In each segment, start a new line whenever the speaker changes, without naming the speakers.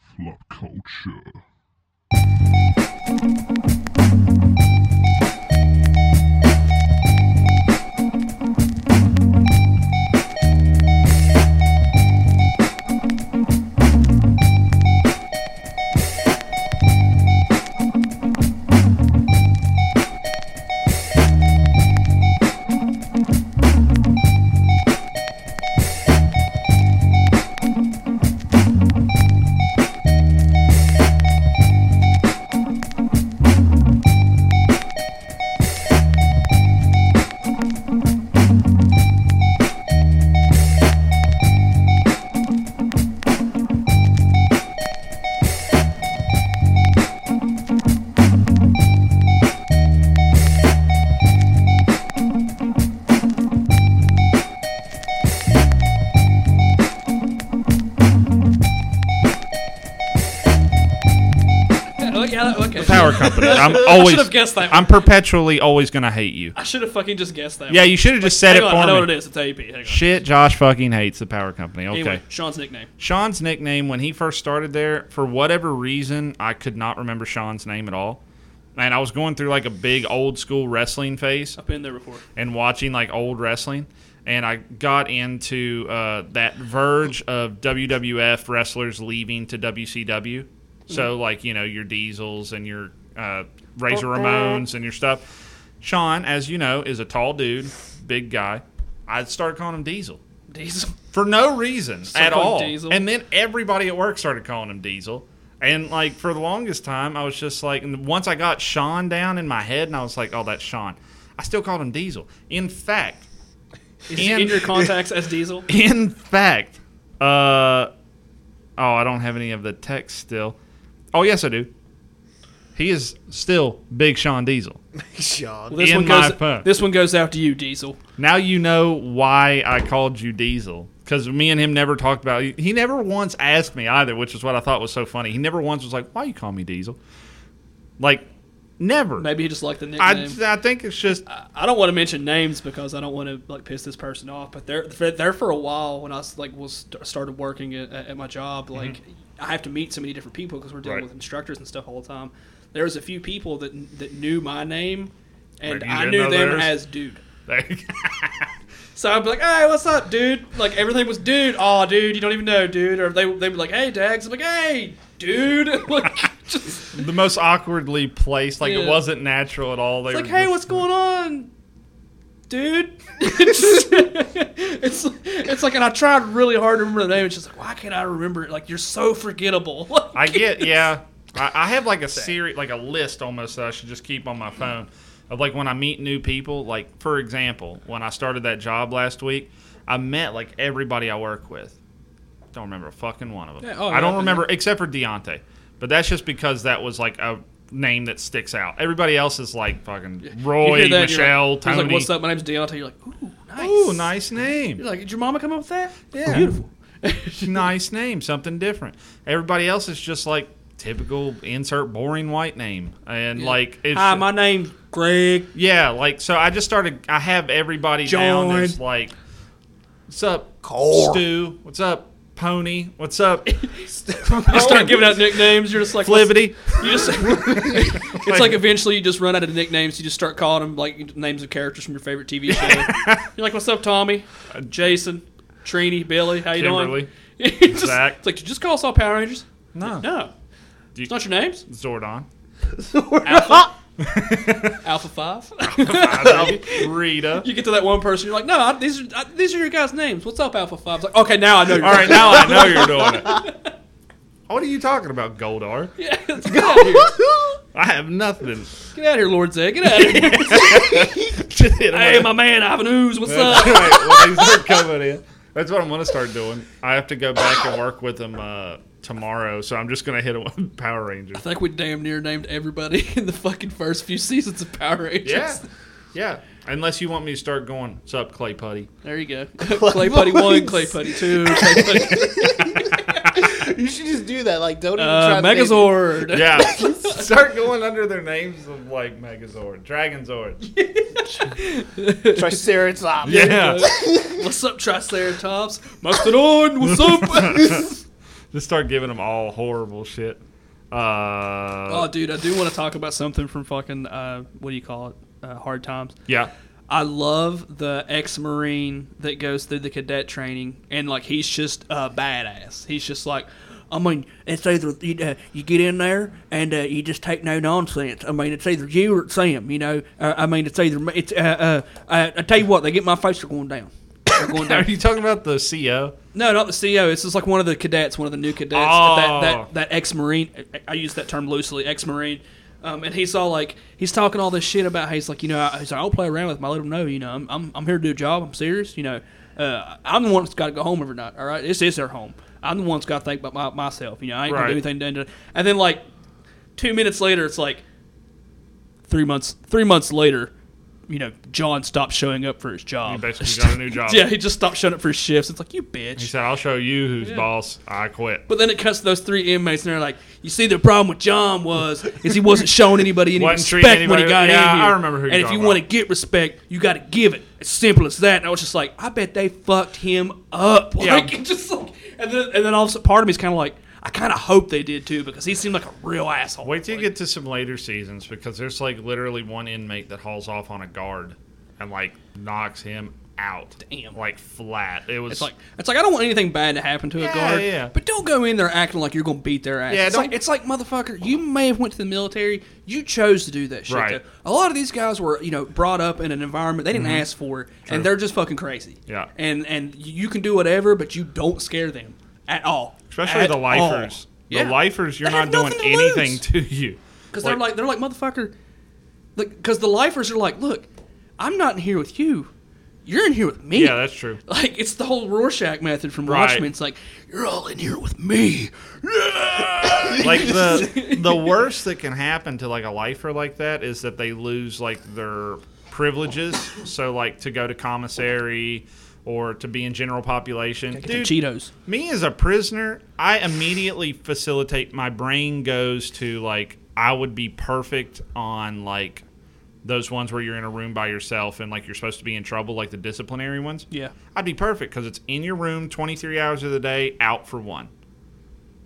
Flop culture.
Oh, yeah, okay.
The power company. I'm
I
always.
should have guessed that.
I'm perpetually always gonna hate you.
I should have fucking just guessed that.
Yeah,
one.
you should have just
Hang
said it
on,
for
I know
me.
what it is. It's AEP. Hang on.
Shit, Josh fucking hates the power company. Okay.
Anyway, Sean's nickname.
Sean's nickname when he first started there, for whatever reason, I could not remember Sean's name at all. And I was going through like a big old school wrestling phase
I've been there before.
and watching like old wrestling. And I got into uh, that verge of WWF wrestlers leaving to WCW. So, like, you know, your Diesels and your uh, Razor Ramones and your stuff. Sean, as you know, is a tall dude, big guy. I started calling him Diesel
Diesel.
for no reason at
called
all.
Diesel.
And then everybody at work started calling him Diesel. And like for the longest time, I was just like, and once I got Sean down in my head, and I was like, oh, that's Sean. I still called him Diesel. In fact,
Is he
And-
in your contacts as Diesel?
in fact, uh, oh, I don't have any of the text still. Oh yes, I do. He is still Big Sean Diesel.
Sean.
This
In
one goes.
my phone.
This one goes out to you, Diesel.
Now you know why I called you Diesel. Because me and him never talked about He never once asked me either, which is what I thought was so funny. He never once was like, why you call me Diesel? Like, never.
Maybe he just liked the
I,
nickname.
I think it's just,
I don't want to mention names because I don't want to like piss this person off. But there, for, there for a while when I s- like was st- started working at, at my job, like I have to meet so many different people because we're dealing
Mm-hmm. Right.
with instructors and stuff all the time. There was a few people that kn- that knew my name, and
But you
I
didn't
knew
know
them
theirs?
as dude. So I'd be like, "Hey, what's up, dude?" Like everything was dude. Oh, dude, you don't even know, dude. Or they they'd be like, "Hey, Dags." I'm like, "Hey, dude." like just
the most awkwardly placed. Like,
Yeah.
it wasn't natural at all. They
like,
were
"Hey,
just-
what's going on, dude?" it's it's like, and I tried really hard to remember the name. It's just like, why can't I remember it? Like you're so forgettable.
I get, yeah. I, I have like a series, like a list almost that I should just keep on my phone of like when I meet new people. Like, for example, when I started that job last week, I met like everybody I work with. Don't remember a fucking one of them.
Yeah, oh,
I don't
yeah.
remember, except for Deontay. But that's just because that was like a name that sticks out. Everybody else is like fucking
You
Roy,
hear that, and you're
Michelle,
like, he's
Tony.
Like, what's up? My name's Deontay. You're like, ooh, nice.
Ooh, nice name.
You're like, did your mama come up with that?
Yeah.
beautiful.
nice name, something different. Everybody else is just like typical insert boring white name, and like it's
Hi, my name's Greg.
yeah, like so. I just started. I have everybody down as like, what's up,
Core.
Stu? What's up, Pony? What's up,
You start giving out nicknames. You're just like, what's-
Flivity?
You just It's like eventually you just run out of nicknames. You just start calling them like names of characters from your favorite TV show. You're like, "What's up, Tommy? Jason, Trini, Billy? How you
Uh, Kimberly?
doing?" It's just,
Zach.
It's like, "Did you just call us all Power Rangers?"
No,
No,
Do you-
it's not your names.
Zordon,
Alpha, Alpha Five.
Rita.
you get to that one person. You're like, "No, I, these are I, these are your guys' names. What's up, Alpha Five? It's like, okay, now I know. Your
All right, now I know you're doing it. What are you talking about, Goldar?
yeah, it's- get out of here.
I have nothing.
Get out of here, Lord Zed. Get out of here. hey, my man, Ivan Ooze. What's up?
Right, when they start coming in. That's what I'm gonna start doing. I have to go back and work with them uh, tomorrow, so I'm just gonna hit them with Power Rangers.
I think we damn near named everybody in the fucking first few seasons of Power Rangers.
Yeah, yeah. Unless you want me to start going, what's up, Clay Putty?
There you go. Clay Putty 1, Clay Putty 2, Clay Putty
You should just do that. Like, don't even
uh,
try to think-
Megazord.
Yeah, start going under their names of like Megazord, Dragonzord.
Triceratops.
Yeah,
What's up, Triceratops? Mastodon, what's up?
Just start giving them all horrible shit. Uh,
Oh, dude, I do want to talk about something from fucking uh, what do you call it? Uh, hard times.
yeah.
I love the ex-marine that goes through the cadet training, and like he's just a badass. He's just like,
I mean, it's either you, uh, you get in there and uh, you just take no nonsense. I mean, it's either you or it's them. You know, uh, I mean, it's either it's. Uh, uh, I, I tell you what, they get my face. They're going down. They're going
Are
down.
you talking about the E CO?
no, not the E CEO. It's just like one of the cadets, one of the new cadets.
Oh.
That, that that ex-marine. I- I use that term loosely. Ex-marine. Um, and he's all like, he's talking all this shit about how he's like, you know, I, he's like, I'll play around with him. I let him know, you know, I'm, I'm, I'm here to do a job. I'm serious, you know. Uh, I'm the one that's got to go home every night. All right, this is their home. I'm the one that's got to think about my, myself. You know, I ain't
Right.
gonna do anything. To, and then like two minutes later, it's like three months. Three months later, you know, John stopped showing up for his
He
job.
basically got a new job.
yeah, he just stopped showing up for his shifts. It's like you
He
bitch.
said, "I'll show you who's boss. I quit."
But then it cuts to those three inmates, and they're like, "You see, the problem with John was is he wasn't showing anybody any
Wasn't treating
respect when he
anybody-
got
yeah,
in here.
I remember who you're
and if
talking
you want to
about.
get respect, you got to give it. It's simple as that." And I was just like, "I bet they fucked him up."
Yeah.
Like, it just like, and then and then all of a sudden, part of me's kind of like, I kind of hope they did too because he seemed like a real asshole.
Wait till you
Like,
get to some later seasons because there's like literally one inmate that hauls off on a guard and like knocks him out,
Damn.
like flat. It was
It's like it's like I don't want anything bad to happen to
Yeah,
a guard.
yeah.
But don't go in there acting like you're gonna beat their ass.
Yeah,
it's, like,
don't-
it's like motherfucker, you may have went to the military, you chose to do that shit.
Right. Mm-hmm.
though. A lot of these guys were, you know, brought up in an environment they didn't ask for, and they're just fucking crazy.
Yeah.
And and you can do whatever, but you don't scare them at all.
especially
At
the lifers.
all.
The
Yeah.
lifers, you're
They have
not doing
nothing to lose.
anything to you
Because they're like they're like motherfucker, because the lifers are like, look, I'm not in here with you, you're in here with me.
yeah, that's true.
Like it's the whole Rorschach method from
Right.
Watchmen. It's like you're all in here with me.
like the the worst that can happen to like a lifer like that is that they lose like their privileges. So like to go to commissary or to be in general population.
Dude,
Dude,
Cheetos.
me as a prisoner, I immediately facilitate. My brain goes to like I would be perfect on like those ones where you're in a room by yourself and like you're supposed to be in trouble, like the disciplinary ones.
Yeah.
I'd be perfect because it's in your room 23 hours of the day, out for one.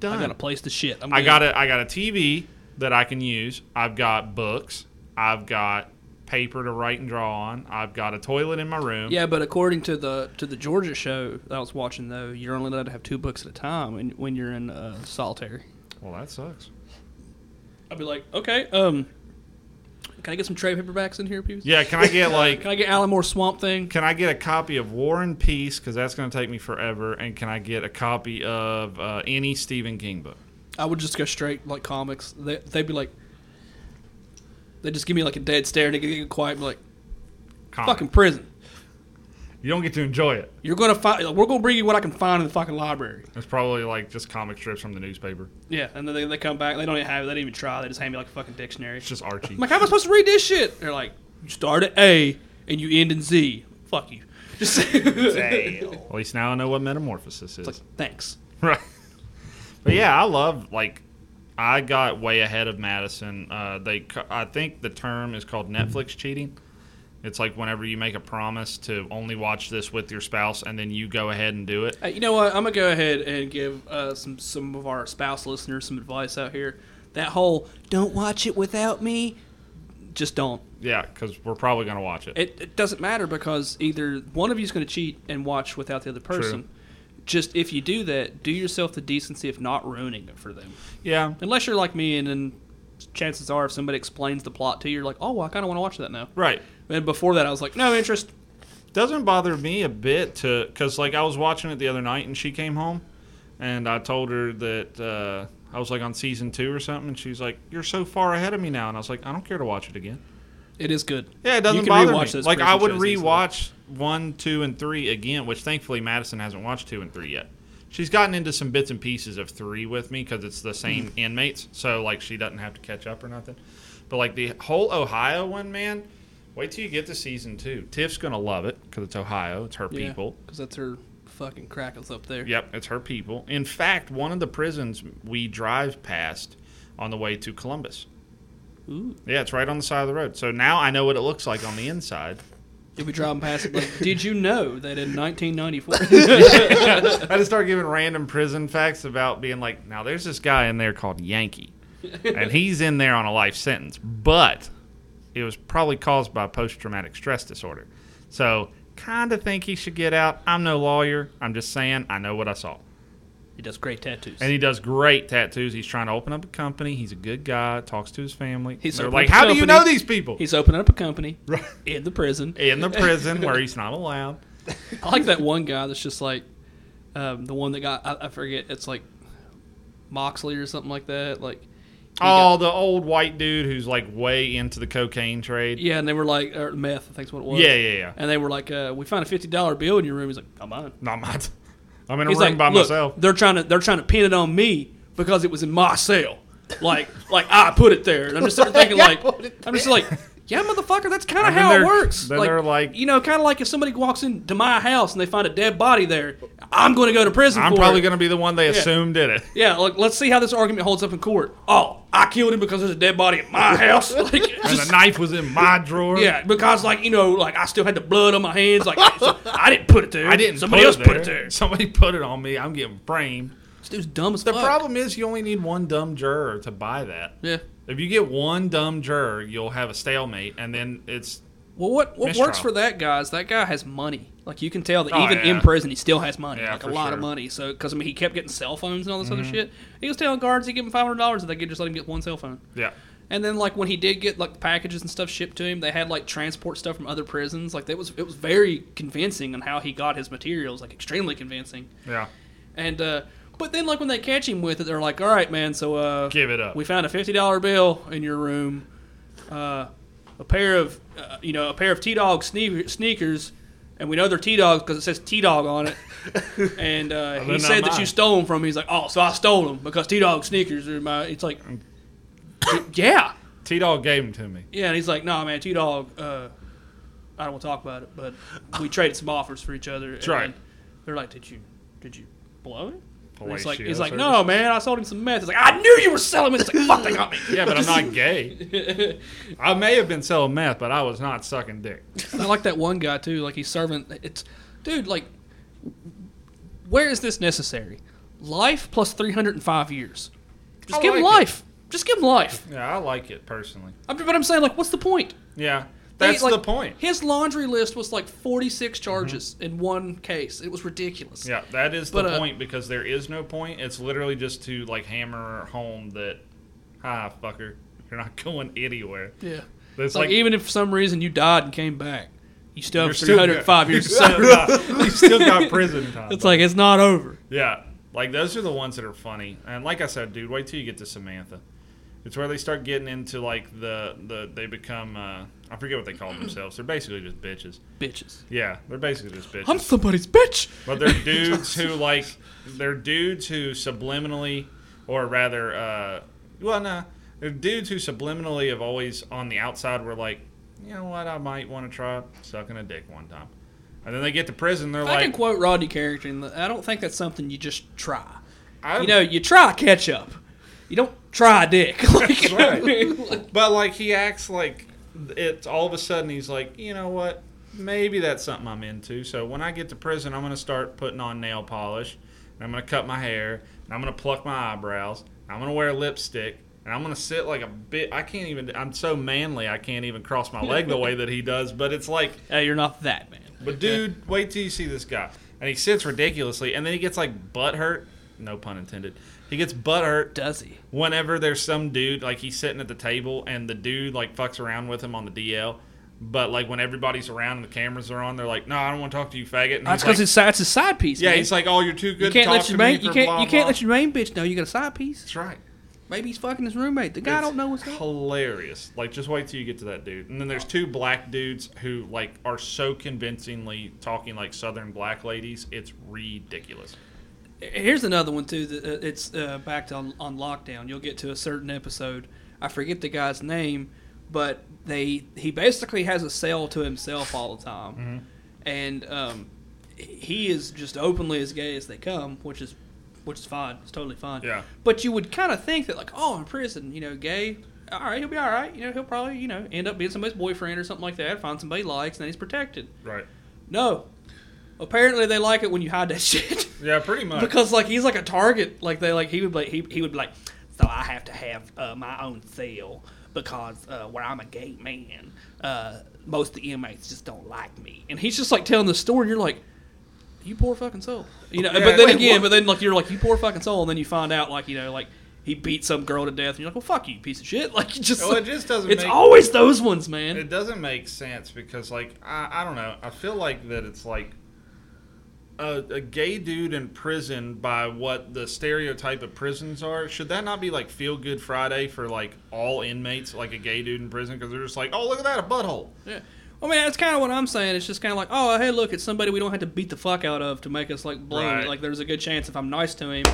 Done.
I got a place to shit. I'm
I
good.
got a I got a TV that I can use. I've got books. I've got paper to write and draw on. I've got a toilet in my room.
Yeah, but according to the to the Georgia show that I was watching though, you're only allowed to have two books at a time, and when you're in uh, solitary.
Well, that sucks.
I'd be like, okay, um, can I get some trade paperbacks in here, please?
Yeah, can I get like
Can I get Alan Moore Swamp Thing?
can I get a copy of War and Peace because that's going to take me forever? And can I get a copy of uh, any Stephen King book?
I would just go straight like comics. They, they'd be like, they just give me like a dead stare and they get quiet, and be like,
Comic.
fucking prison.
you don't get to enjoy it.
You're gonna find. We're gonna bring you what I can find in the fucking library.
It's probably like just comic strips from the newspaper.
Yeah, and then they, they come back. They don't even have. They didn't even try. They just hand me like a fucking dictionary.
It's just Archie.
I'm like, how am I supposed to read this shit? They're like, you start at A and you end in Z. Fuck you. Just
At least now I know what metamorphosis is.
It's like, thanks.
Right. But yeah, I love like I got way ahead of Madison. Uh, they ca- I think the term is called Netflix cheating. It's like whenever you make a promise to only watch this with your spouse and then you go ahead and do it.
Hey, you know what? I'm gonna go ahead and give uh, some some of our spouse listeners some advice out here. That whole don't watch it without me. Just don't.
Yeah, because we're probably gonna watch it.
It, it doesn't matter because either one of you is going to cheat and watch without the other person. Just if you do that, do yourself the decency of not ruining it for them.
yeah,
Unless you're like me, and then chances are, if somebody explains the plot to you, you're like, oh, well, I kind of want to watch that now.
right.
And before that, I was like, no interest.
doesn't bother me a bit to because like i was watching it the other night and she came home and i told her that uh, i was like on season two or something and she's like you're so far ahead of me now and i was like i don't care to watch it again
It is good.
yeah it doesn't
you can
bother
rewatch
me
those
like i
prison
would
shows easily.
rewatch one two and three again which thankfully madison hasn't watched two and three yet she's gotten into some bits and pieces of three with me because it's the same
Mm-hmm.
inmates so like she doesn't have to catch up or nothing but like the whole ohio one man wait till you get to season two tiff's gonna love it because it's ohio it's her
Yeah,
people
because that's her fucking crackles up there.
Yep, it's her people. In fact, one of the prisons we drive past on the way to Columbus.
Ooh.
Yeah, it's right on the side of the road. So now I know what it looks like on the inside.
You'll be driving past it. Like, did you know that in 1994?
I just start giving random prison facts about being like, now there's this guy in there called Yankee, and he's in there on a life sentence, but it was probably caused by post traumatic stress disorder. So, kind of think he should get out. I'm no lawyer. I'm just saying I know what I saw.
he does great tattoos.
And he does great tattoos. He's trying to open up a company. He's a good guy. Talks to his family.
He's
They're
opening
like,
up a
how do you
company.
know these people?
He's opening up a company in the prison.
in the prison where he's not allowed.
I like that one guy that's just like um, the one that got I, I forget. It's like Moxley or something like that. Like
Oh, the old white dude who's like way into the cocaine trade.
yeah, and they were like or meth. I think's what it was.
Yeah, yeah, yeah.
And they were like, uh, "We found a fifty dollar bill in your room." He's like, "I'm on."
Not mine. I'm in a
He's
room
like,
by
"Look,
myself.
They're trying to they're trying to pin it on me because it was in my cell. Like like I put it there. And I'm just sitting there thinking
Like,
like
I put it
I'm just like. Yeah, motherfucker. That's kind of
And then
how it
they're-
works.
then
like,
they're like-
you know, kind of like if somebody walks into my house and they find a dead body there, I'm going to go to prison.
I'm
for
probably
it.
going to be the one they assume did it.
Yeah, look, let's see how this argument holds up in court. Oh, I killed him because there's a dead body in my house. Like,
And
just-
the knife was in my drawer.
yeah, because like you know, like I still had the blood on my hands. Like so I didn't put it there.
I didn't.
Somebody
put
else
it
put it
there.
there.
Somebody put it on me. I'm getting framed.
This dude's dumb as
The
fuck.
problem is you only need one dumb juror to buy that.
Yeah.
If you get one dumb juror, you'll have a stalemate, and then it's
Well, what what
Mistrial.
works for that guy is that guy has money. Like you can tell that
Oh,
even
yeah.
in prison, he still has money,
Yeah,
like a
for
lot
sure. Mm-hmm.
of money. So because I mean, he kept getting cell phones and all this other shit. He was telling guards he give him five hundred dollars if they could just let him get one cell phone.
yeah.
And then like when he did get like packages and stuff shipped to him, they had like transport stuff from other prisons. Like that was it was very convincing on how he got his materials, like extremely convincing.
Yeah.
And uh but then like when they catch him with it, they're like, "All right, man, so uh
Give it up.
We found a $50 bill in your room. Uh a pair of uh, you know, a pair of T-Dog sneaker- sneakers." And we know they're T-Dogs because it says T-Dog on it. and uh,
they're
he
not
said that
mine.
you stole them from me. He's like, oh, so I stole them because T-Dog sneakers are my... It's like,
Mm.
yeah.
T Dog gave him to me.
Yeah, and he's like, "Nah, man, T Dog. Uh, I don't want to talk about it, but we traded some offers for each other." That's
right.
They're like, "Did you, did you blow it?" And He's like,
Palatial
he's like,
service.
"No, man, I sold him some meth." He's like, "I knew you were selling it." It's like, "Fuck, they got me."
Yeah, but I'm not gay. I may have been selling meth, but I was not sucking dick.
I like that one guy too. Like he's serving. It's, dude. Like, where is this necessary? Life plus three hundred and five years. Just
I
give him
like it.
life. Just give him life.
Yeah, I like it personally.
I'm, but I'm saying, like, what's the point?
Yeah,
They,
that's
like,
the point.
His laundry list was like 46 charges in one case. It was ridiculous.
Yeah, that is
But,
the
uh,
point because there is no point. It's literally just to like hammer home that, hi fucker, you're not going anywhere.
Yeah.
It's
It's like,
like-
even if for some reason you died and came back, you still
You're
have
still
305 years to
Still
serve.
got, you still got prison time.
It's like it's not over.
yeah, like those are the ones that are funny. And like I said, dude, wait till you get to Samantha. It's where they start getting into like the the they become uh, I forget what they call themselves. They're basically just bitches.
Bitches.
Yeah, they're basically just bitches.
I'm somebody's bitch.
But they're dudes who like they're dudes who subliminally, or rather, uh, well, nah, they're dudes who subliminally have always on the outside were like, you know what, I might want to try sucking a dick one time, and then they get to prison, they're
I can
like,
quote Rodney Carrington. and I don't think that's something you just try.
I
You know, you try ketchup. You don't try dick. Like,
right. but like he acts like it's all of a sudden he's like, you know what, maybe that's something I'm into. So when I get to prison, I'm gonna start putting on nail polish, and I'm gonna cut my hair, and I'm gonna pluck my eyebrows, and I'm gonna wear lipstick. And I'm gonna sit like a bit. I can't even. I'm so manly. I can't even cross my leg the way that he does. But it's like,
Hey, you're not that man.
but dude, wait till you see this guy. And he sits ridiculously, and then he gets like butt hurt. No pun intended. He gets butt hurt
Does he?
whenever there's some dude like he's sitting at the table and the dude like fucks around with him on the DL. But like when everybody's around and the cameras are on, they're like, "No, I don't want to talk to you, faggot." And
That's
he's
because
like,
it's, it's a side piece.
yeah,
man.
he's like, "Oh, you're too good
you can't
to talk
let
to
your
me
main
for
you can't
blah,
you can't
blah."
let your main bitch know you got a side piece.
That's right.
Maybe he's fucking his roommate. The guy
It's
don't know what's up.
hilarious. Like, just wait till you get to that dude. And then there's two black dudes who like are so convincingly talking like Southern black ladies. It's ridiculous.
Here's another one too. That uh, it's uh, back to on, on lockdown. You'll get to a certain episode. I forget the guy's name, but they he basically has a cell to himself all the time, and um, he is just openly as gay as they come, which is which is fine. It's totally fine.
Yeah.
But you would kind of think that like, oh, in prison, you know, gay all right, he'll be all right. You know, he'll probably you know end up being somebody's boyfriend or something like that. Find somebody he likes, and then he's protected.
Right.
No, apparently they like it when you hide that shit.
Yeah, pretty much.
because like he's like a target. Like they like he would like he, he would be like, so I have to have uh, my own cell because uh, where I'm a gay man, uh, most of the inmates just don't like me. And he's just like telling the story. And you're like, you poor fucking soul. You know. but then
wait,
again,
what?
but then like you're like you poor fucking soul, and then you find out like you know like. He beat some girl to death, and you're like, "Well, fuck you, piece of shit!" Like, you just
Well, it just doesn't
It's
make-
always those ones, man.
it doesn't make sense because like I, I don't know i feel like that it's like a, a gay dude in prison by what the stereotype of prisons are should that not be like feel good friday for like all inmates like a gay dude in prison because they're just like oh look at that a butthole
Yeah. I mean, that's kind of what I'm saying. It's just kind of like, oh, hey, look, it's somebody we don't have to beat the fuck out of to make us like blow.
Right.
Like, there's a good chance if I'm nice to him,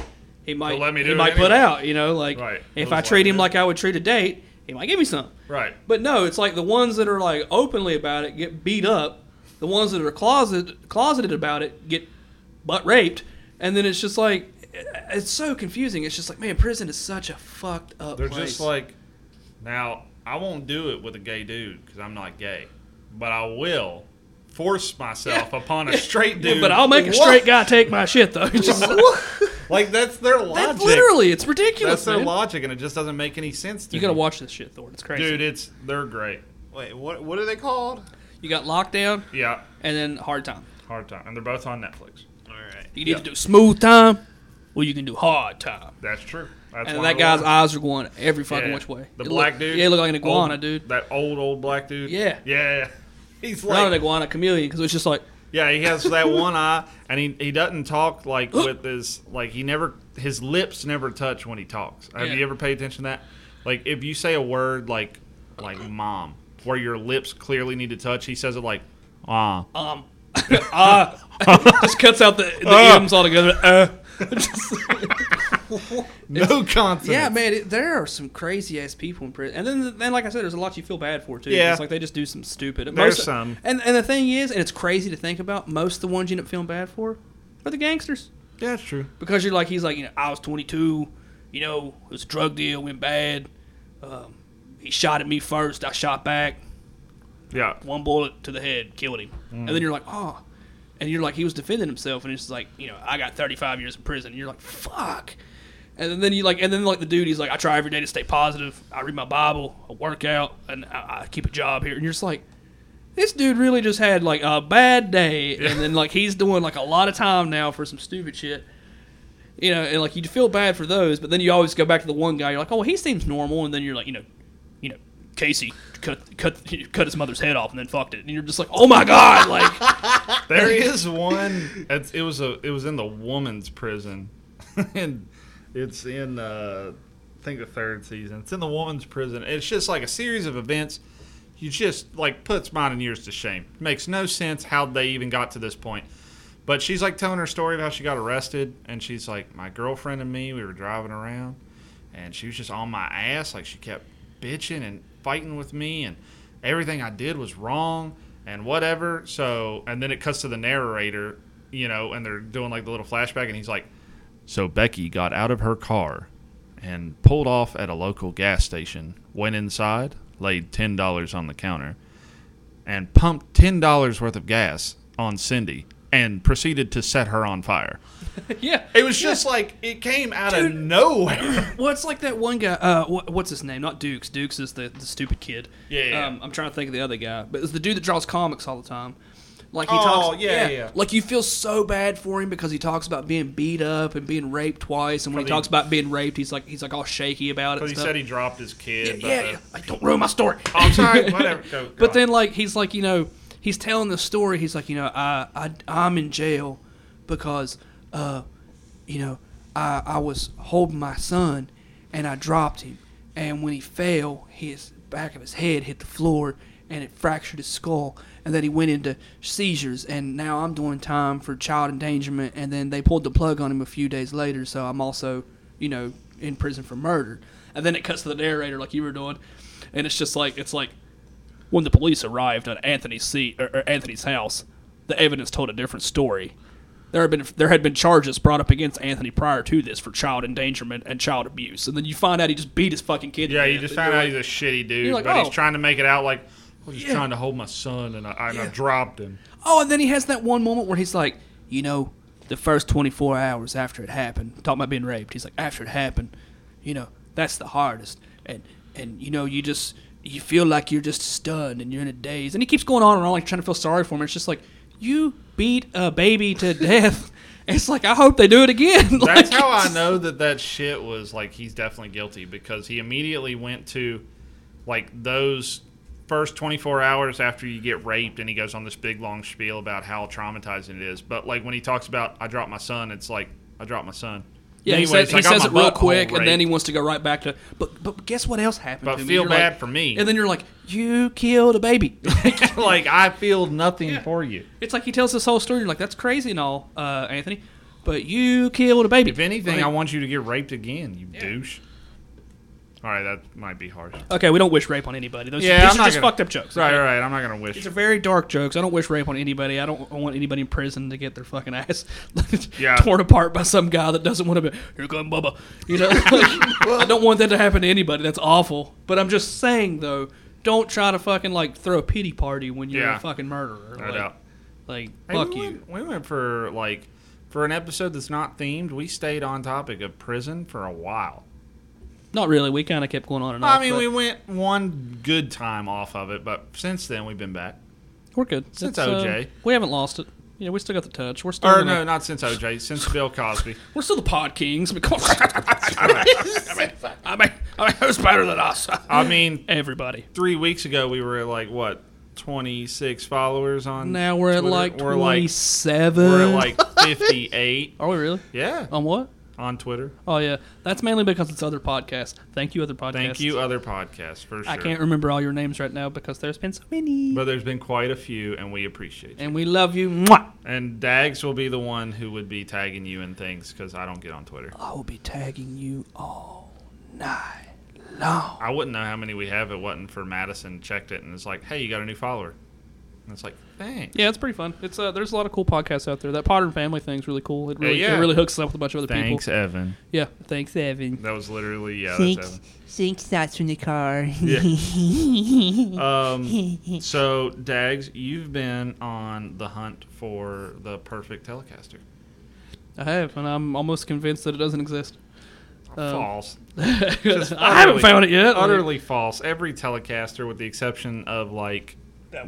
he might
He'll let me do
he
it
might put
anyway.
out. You know, like
Right.
if
Those
I treat
like
him
that.
like I would treat a date, he might give me some.
right
But no, it's like the ones that are like openly about it get beat up. The ones that are closet closeted about it get butt raped, and then it's just like eh, it's so confusing. It's just like, man, prison is such a fucked up.
they're
place.
just like now i won't do it with a gay dude because i'm not gay but i will force myself upon a straight dude
But I'll make a
What?
straight guy take my shit though. It's just-
like that's their logic
That's literally, it's ridiculous.
That's their
man.
logic, and it just doesn't make any sense to
You gotta
me.
watch this shit, Thor. It's crazy.
Dude, it's they're great.
Wait, what? What are they called?
You got lockdown
Yeah,
and then hard time.
hard time, and they're both on Netflix.
All right.
You can either do smooth time or you can do hard time.
That's true. That's
And
one
that
of the
guy's
ones.
eyes are going every fucking
Yeah.
which way.
The
It
black
look,
dude. Oh.
Yeah, he looked like an iguana,
Old-
dude.
That old old black dude.
Yeah.
yeah. He's
Not an
like,
iguana, chameleon, because it's just like,
yeah, he has that one eye, and he, he doesn't talk like with his like he never his lips never touch when he talks. Have
Yeah.
you ever paid attention to that? Like if you say a word like like mom, where your lips clearly need to touch, he says it like ah.
um, ah. just cuts out the, the
Ah.
M's altogether. Uh.
no concept.
Yeah, man, it, there are some crazy ass people in prison, and then then like I said, there's a lot you feel bad for too.
Yeah.
it's like they just do some stupid. and
There's
most-
some.
and and the thing is, and it's crazy to think about. Most of the ones you end up feeling bad for are the gangsters
Yeah, that's true.
because you're like he's like you know I was 22, you know it was a drug deal went bad. Um, he shot at me first, I shot back,
Yeah.
one bullet to the head killed him, and then you're like oh. And you're like, he was defending himself, and it's like, you know, I got 35 years in prison. And you're like, fuck. And then you like, and then like the dude, he's like, I try every day to stay positive. I read my Bible, I work out, and I, I keep a job here. And you're just like, this dude really just had like a bad day, and then like he's doing like a lot of time now for some stupid shit. You know, and like you feel bad for those, but then you always go back to the one guy. You're like, oh, well, he seems normal, and then you're like, you know, you know, Casey cut cut cut his mother's head off and then fucked it, and you're just like, oh my god, like.
There is one. It's, it was a. It was in the woman's prison, and it's in. Uh, I think the third season. It's in the woman's prison. It's just like a series of events. You just like puts mine and yours to shame. Makes no sense how they even got to this point. But she's like telling her story of how she got arrested, and she's like, my girlfriend and me, we were driving around, and she was just on my ass. Like she kept bitching and fighting with me, and everything I did was wrong and whatever. So, and then it cuts to the narrator, you know, and they're doing like the little flashback, and he's like, so Becky got out of her car and pulled off at a local gas station, went inside, laid $10 on the counter, and pumped $10 worth of gas on Cindy and proceeded to set her on fire.
Yeah.
It was just like, it came out of nowhere.
Well, it's like that one guy. Uh, wha what's his name? Not Dukes. Dukes is the, the stupid kid.
Yeah, yeah,
Um,
yeah.
I'm trying to think of the other guy, but it's the dude that draws comics all the time. Like he
Oh,
talks.
yeah, yeah.
Like you feel so bad for him because he talks about being beat up and being raped twice, and when he
Probably-
talks about being raped, he's like he's like all shaky about it. and
he
stuff.
said he dropped his
yeah,
kid. uh,
yeah, yeah. Like, don't ruin my story.
Oh, I'm sorry, whatever. Go,
Oh,
go
But
on.
then, like, he's like, you know, he's telling the story. He's like, you know, I, I I'm in jail because, uh, you know, I, I was holding my son and I dropped him, and when he fell, his back of his head hit the floor and it fractured his skull, and then he went into seizures, and now I'm doing time for child endangerment, and then they pulled the plug on him a few days later, so I'm also, you know, in prison for murder. And then it cuts to the narrator like you were doing, and it's just like it's like when the police arrived at Anthony's seat or, or Anthony's house, the evidence told a different story. there had been there had been charges brought up against Anthony prior to this for child endangerment and child abuse, and then you find out he just beat his fucking kid. to
Yeah, you
death,
just
and
found
you're
out
like,
he's a shitty dude,
You're like,
but
oh.
he's trying to make it out like I was just trying to hold my son, and I, and I dropped him.
Oh, and then he has that one moment where he's like, you know, the first 24 hours after it happened, talking about being raped, he's like, after it happened, you know, that's the hardest. And, and you know, you just, you feel like you're just stunned and you're in a daze. And he keeps going on and on, like trying to feel sorry for him. It's just like, you beat a baby to death. It's like, I hope they do it again. Like,
That's how I
it's-
know that that shit was like he's definitely guilty because he immediately went to like those first 24 hours after you get raped and he goes on this big long spiel about how traumatizing it is. But like when he talks about I dropped my son, it's like I dropped my son.
Yeah, he, says,
Anyway, it's
he
like, "Oh,
says
my
it real
butthole
quick, and then
raped."
he wants to go right back to. But but guess what else happened?
But
to me?"
feel
You're
bad
like-
for me.
And then you're like, you killed a baby.
like I feel nothing for you.
It's like he tells this whole story. You're like, that's crazy and all, uh, Anthony. But you killed a baby.
If anything,
Like-
I want you to get raped again, you douche. All right, that might be harsh.
okay, we don't wish rape on anybody. Those,
Yeah,
these
I'm
are
not
just
gonna-
fucked up jokes.
Right,
okay?
right. I'm not gonna wish.
These are very dark jokes. I don't wish rape on anybody. I don't want anybody in prison to get their fucking ass
Yeah.
torn apart by some guy that doesn't want to be. Here come Bubba. You know, I don't want that to happen to anybody. That's awful. But I'm just saying though, don't try to fucking like throw a pity party when you're
Yeah.
a fucking murderer.
No
like,
doubt.
like
Hey,
fuck
we
you.
Went, we went for like for an episode that's not themed. We stayed on topic of prison for a while.
Not really. We kind of kept going on and on.
I mean,
but
we went one good time off of it, but since then we've been back.
We're good.
Since
It's, uh,
OJ.
we haven't lost it. You know, we still got the touch. We're still
Or
in
no,
the,
not since OJ, since Bill Cosby.
we're still the pod kings. I mean, come on. I mean, I mean, I mean, who's better than us?
I mean,
Everybody.
three weeks ago we were at like what twenty six followers on.
Now we're at
Twitter?
like
we're like
twenty-seven.
we're at like fifty eight.
Are we really?
Yeah,
On what?
on Twitter.
Oh yeah, that's mainly because it's other podcasts. Thank you, other podcasts.
Thank you, other podcasts for sure.
I can't remember all your names right now because there's been so many.
But there's been quite a few, and we appreciate you.
and we love you. Mwah!
And Dags will be the one who would be tagging you in things because I don't get on Twitter.
I will be tagging you all night long.
I wouldn't know how many we have. if It wasn't for Madison checked it and it's like, hey, you got a new follower. And it's like, thanks.
Yeah, it's pretty fun. It's uh, there's a lot of cool podcasts out there. That Potter and Family thing's really cool. It really,
yeah.
it really hooks us up with a bunch of other
Thanks,
people.
Evan.
Yeah, thanks, Evan.
That was literally yeah. That's
Thanks.
Evan.
Thanks, that's from the car.
Um, so Dags, you've been on the hunt for the perfect Telecaster.
I have, and I'm almost convinced that it doesn't exist.
false.
Oh. I haven't found it yet.
Utterly false. Every Telecaster, with the exception of like,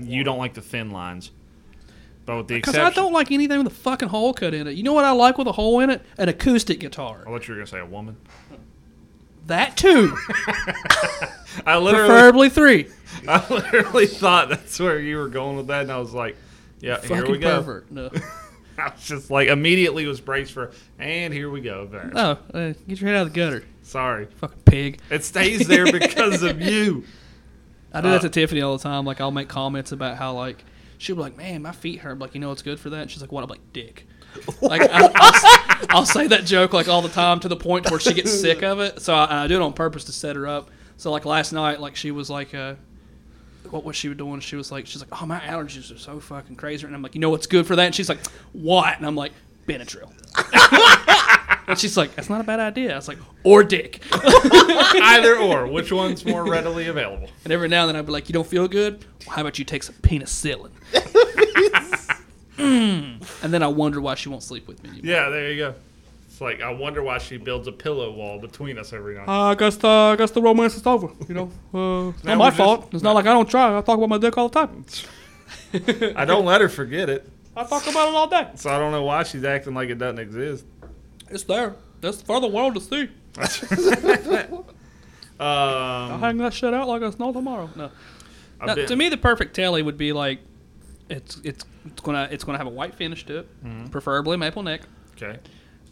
you don't like the thin lines. But with the
Because
exception,
Uh, I don't like anything with a fucking hole cut in it. You know what I like with a hole in it? An acoustic guitar.
I thought you were gonna say a woman.
That too.
I literally,
Preferably three.
I literally thought that's where you were going with that, and I was like, "Yeah, here
fucking
we go."
pervert. No.
I was just like, immediately was braced for, and here we go. There.
No. uh, get your head out of the gutter.
Sorry,
Fucking pig.
it stays there because of you.
I do that
Uh,
to Tiffany all the time. Like I'll make comments about how like she'll be like, "Man, my feet hurt." I'm like, "You know what's good for that?" And she's like, "What?" I'm like, "Dick." like I, I'll, s- I'll say that joke like all the time to the point where she gets sick of it. So I, I do it on purpose to set her up. So like last night, like she was like, uh, "What was she doing?" She was like, "She's like, oh my allergies are so fucking crazy." And I'm like, "You know what's good for that?" And she's like, "What?" And I'm like, "Benadryl." and she's like, "That's not a bad idea." I was like, "Or dick."
Either or, which one's more readily available?
And every now and then I'd be like, "You don't feel good? Well, how about you take some penicillin?" mm. And then I wonder why she won't sleep with me. anymore.
Yeah, there you go. It's like I wonder why she builds a pillow wall between us every night.
I guess the I guess the romance is over. You know, uh, it's
Now my we're just- fault.
It's not like I don't try. I talk about my dick all the time.
I don't let her forget it,
I talk about it all day.
so I don't know why she's acting like it doesn't exist.
It's there. That's for the world to see.
Um,
Hang that shit out like it's no tomorrow. No.
I've
No,
been-
to me, the perfect telly would be like, it's it's it's gonna it's gonna have a white finish to it,
Mm-hmm.
preferably maple neck.
okay.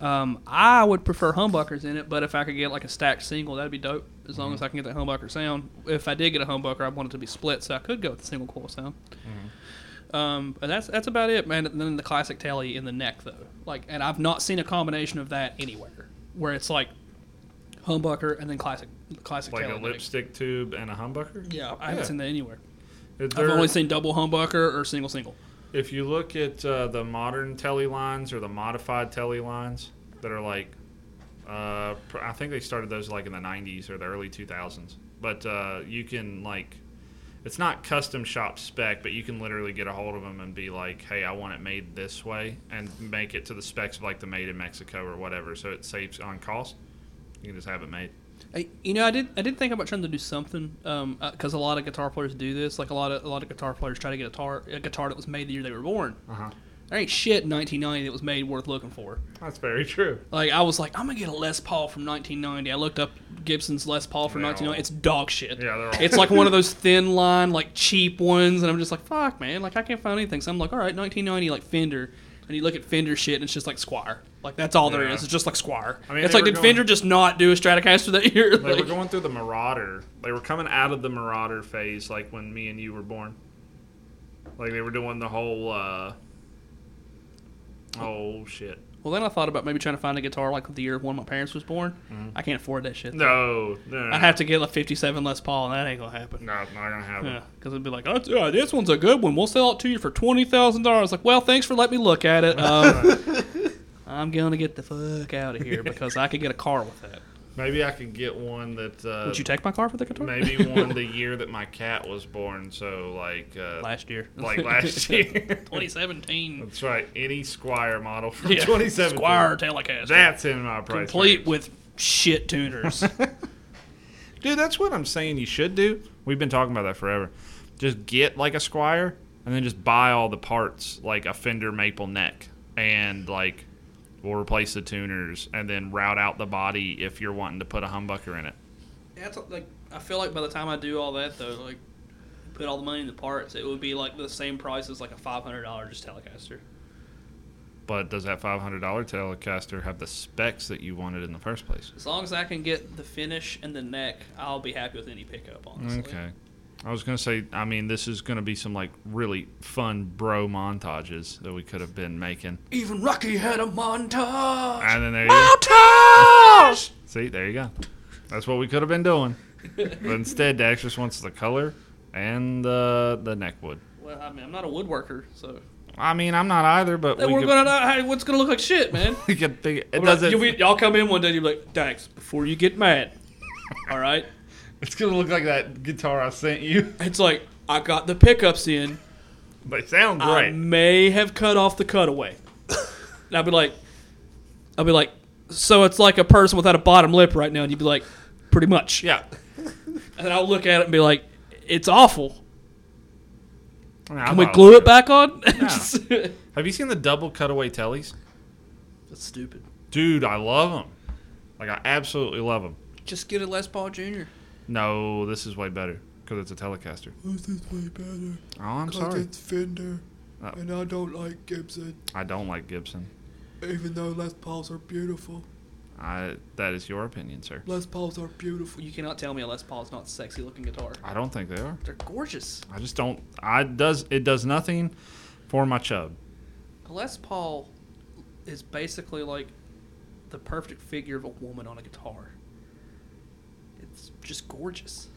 Um, I would prefer humbuckers in it, but if I could get like a stacked single, that'd be dope. As long as I can get that humbucker sound. If I did get a humbucker, I want it to be split, so I could go with the single coil sound.
Mm-hmm.
Um, but that's that's about it, man. And then the classic telly in the neck though, like, and I've not seen a combination of that anywhere where it's like humbucker and then classic classic
Like
telly.
a
in the neck.
lipstick tube and a humbucker.
Yeah, I haven't
Yeah.
seen that anywhere.
Is
I've
there-
only seen double humbucker or single single.
If you look at uh, the modern telly lines or the modified telly lines that are like, uh, pr- I think they started those like in the 90s or the early 2000s. But uh, you can like, it's not custom shop spec, but you can literally get a hold of them and be like, hey, I want it made this way and make it to the specs of like the made in Mexico or whatever. So it saves on cost. You can just have it made.
I, you know, I did. I did think about trying to do something because a lot of guitar players do this. Like a lot of a lot of guitar players try to get a guitar a guitar that was made the year they were born.
Uh-huh.
There ain't shit in 1990 that was made worth looking for.
That's very true.
Like I was like, I'm gonna get a Les Paul from 1990. I looked up Gibson's Les Paul from
They're
1990.
all-
It's dog shit.
Yeah, they're all-
It's like one of those thin line, like cheap ones, and I'm just like, fuck, man. Like I can't find anything. So I'm like, all right, 1990, like Fender. And you look at Fender shit, and it's just like Squire. Like that's all there
Yeah.
is. It's just like Squire.
I mean,
it's
they
like
were
did
going-
Fender just not do a Stratocaster that year?
They were
Like-
going through the Marauder. They were coming out of the Marauder phase, like when me and you were born. Like they were doing the whole. uh Oh shit!
Well, then I thought about maybe trying to find a guitar like the year when my parents was born. I can't afford that shit.
Mm-hmm. No, no,
I'd have to get a 57 Les Paul, and that ain't gonna happen.
No, it's not gonna happen.
Yeah, because it'd be like, oh, yeah, this one's a good one. We'll sell it to you for twenty thousand dollars. Like, well, thanks for letting me look at it. Um, I'm gonna get the fuck out of here because I could get a car with that.
Maybe I could get one that. Uh,
Would you take my car for the guitar?
maybe one the year that my cat was born. So like. Uh,
last year,
Like last year.
2017.
That's right. Any Squire model from
Yeah,
2017.
Squire Telecaster,
That's in my price.
complete
range.
with shit tuners.
Dude, that's what I'm saying you should do. We've been talking about that forever. Just get like a Squire and then just buy all the parts, like a Fender maple neck, and like we'll replace the tuners and then route out the body if you're wanting to put a humbucker in it.
That's like I feel like by the time I do all that though, like put all the money in the parts, it would be like the same price as like a five hundred dollar just Telecaster.
But does that $500 Telecaster have the specs that you wanted in the first place?
As long as I can get the finish and the neck, I'll be happy with any pickup. Honestly,
Okay. I was going to say, I mean, this is going to be some like really fun bro montages that we could have been making.
Even Rocky had a montage.
And then there you See, there you go. That's what we could have been doing. but instead, Dax just wants the color and the the neck wood.
Well, I mean, I'm not a woodworker, so
I mean, I'm not either, but
then
we
we're
could,
gonna know how, what's gonna look like shit, man.
we could think it
We're
doesn't.
Like, you'll be- y'all come in one day, and you'll be like, Dax, before you get mad, all right?
it's gonna look like that guitar I sent you.
It's like I got the pickups in.
They sound
I
great.
may have cut off the cutaway. and I'd be like, I'll be like, so it's like a person without a bottom lip right now, and you'd be like, pretty much.
yeah.
And I'll look at it and be like, it's awful.
I mean, I
Can we
thought
glue
was
it back on?
good. Have you seen the double cutaway tellies?
That's stupid.
Dude, I love them. Like I absolutely love them.
Just get a Les Paul Jr.
No, this is way better because it's a Telecaster.
This is way better.
Oh, I'm sorry.
It's Fender,
Oh.
and I don't like Gibson,
I don't like Gibson.
even though Les Pauls are beautiful.
I that is your opinion, sir.
Les Pauls are beautiful.
You cannot tell me a Les Paul is not a sexy looking guitar.
I don't think they are.
They're gorgeous.
I just don't. I does it does nothing for my chub.
A Les Paul is basically like the perfect figure of a woman on a guitar. It's just gorgeous.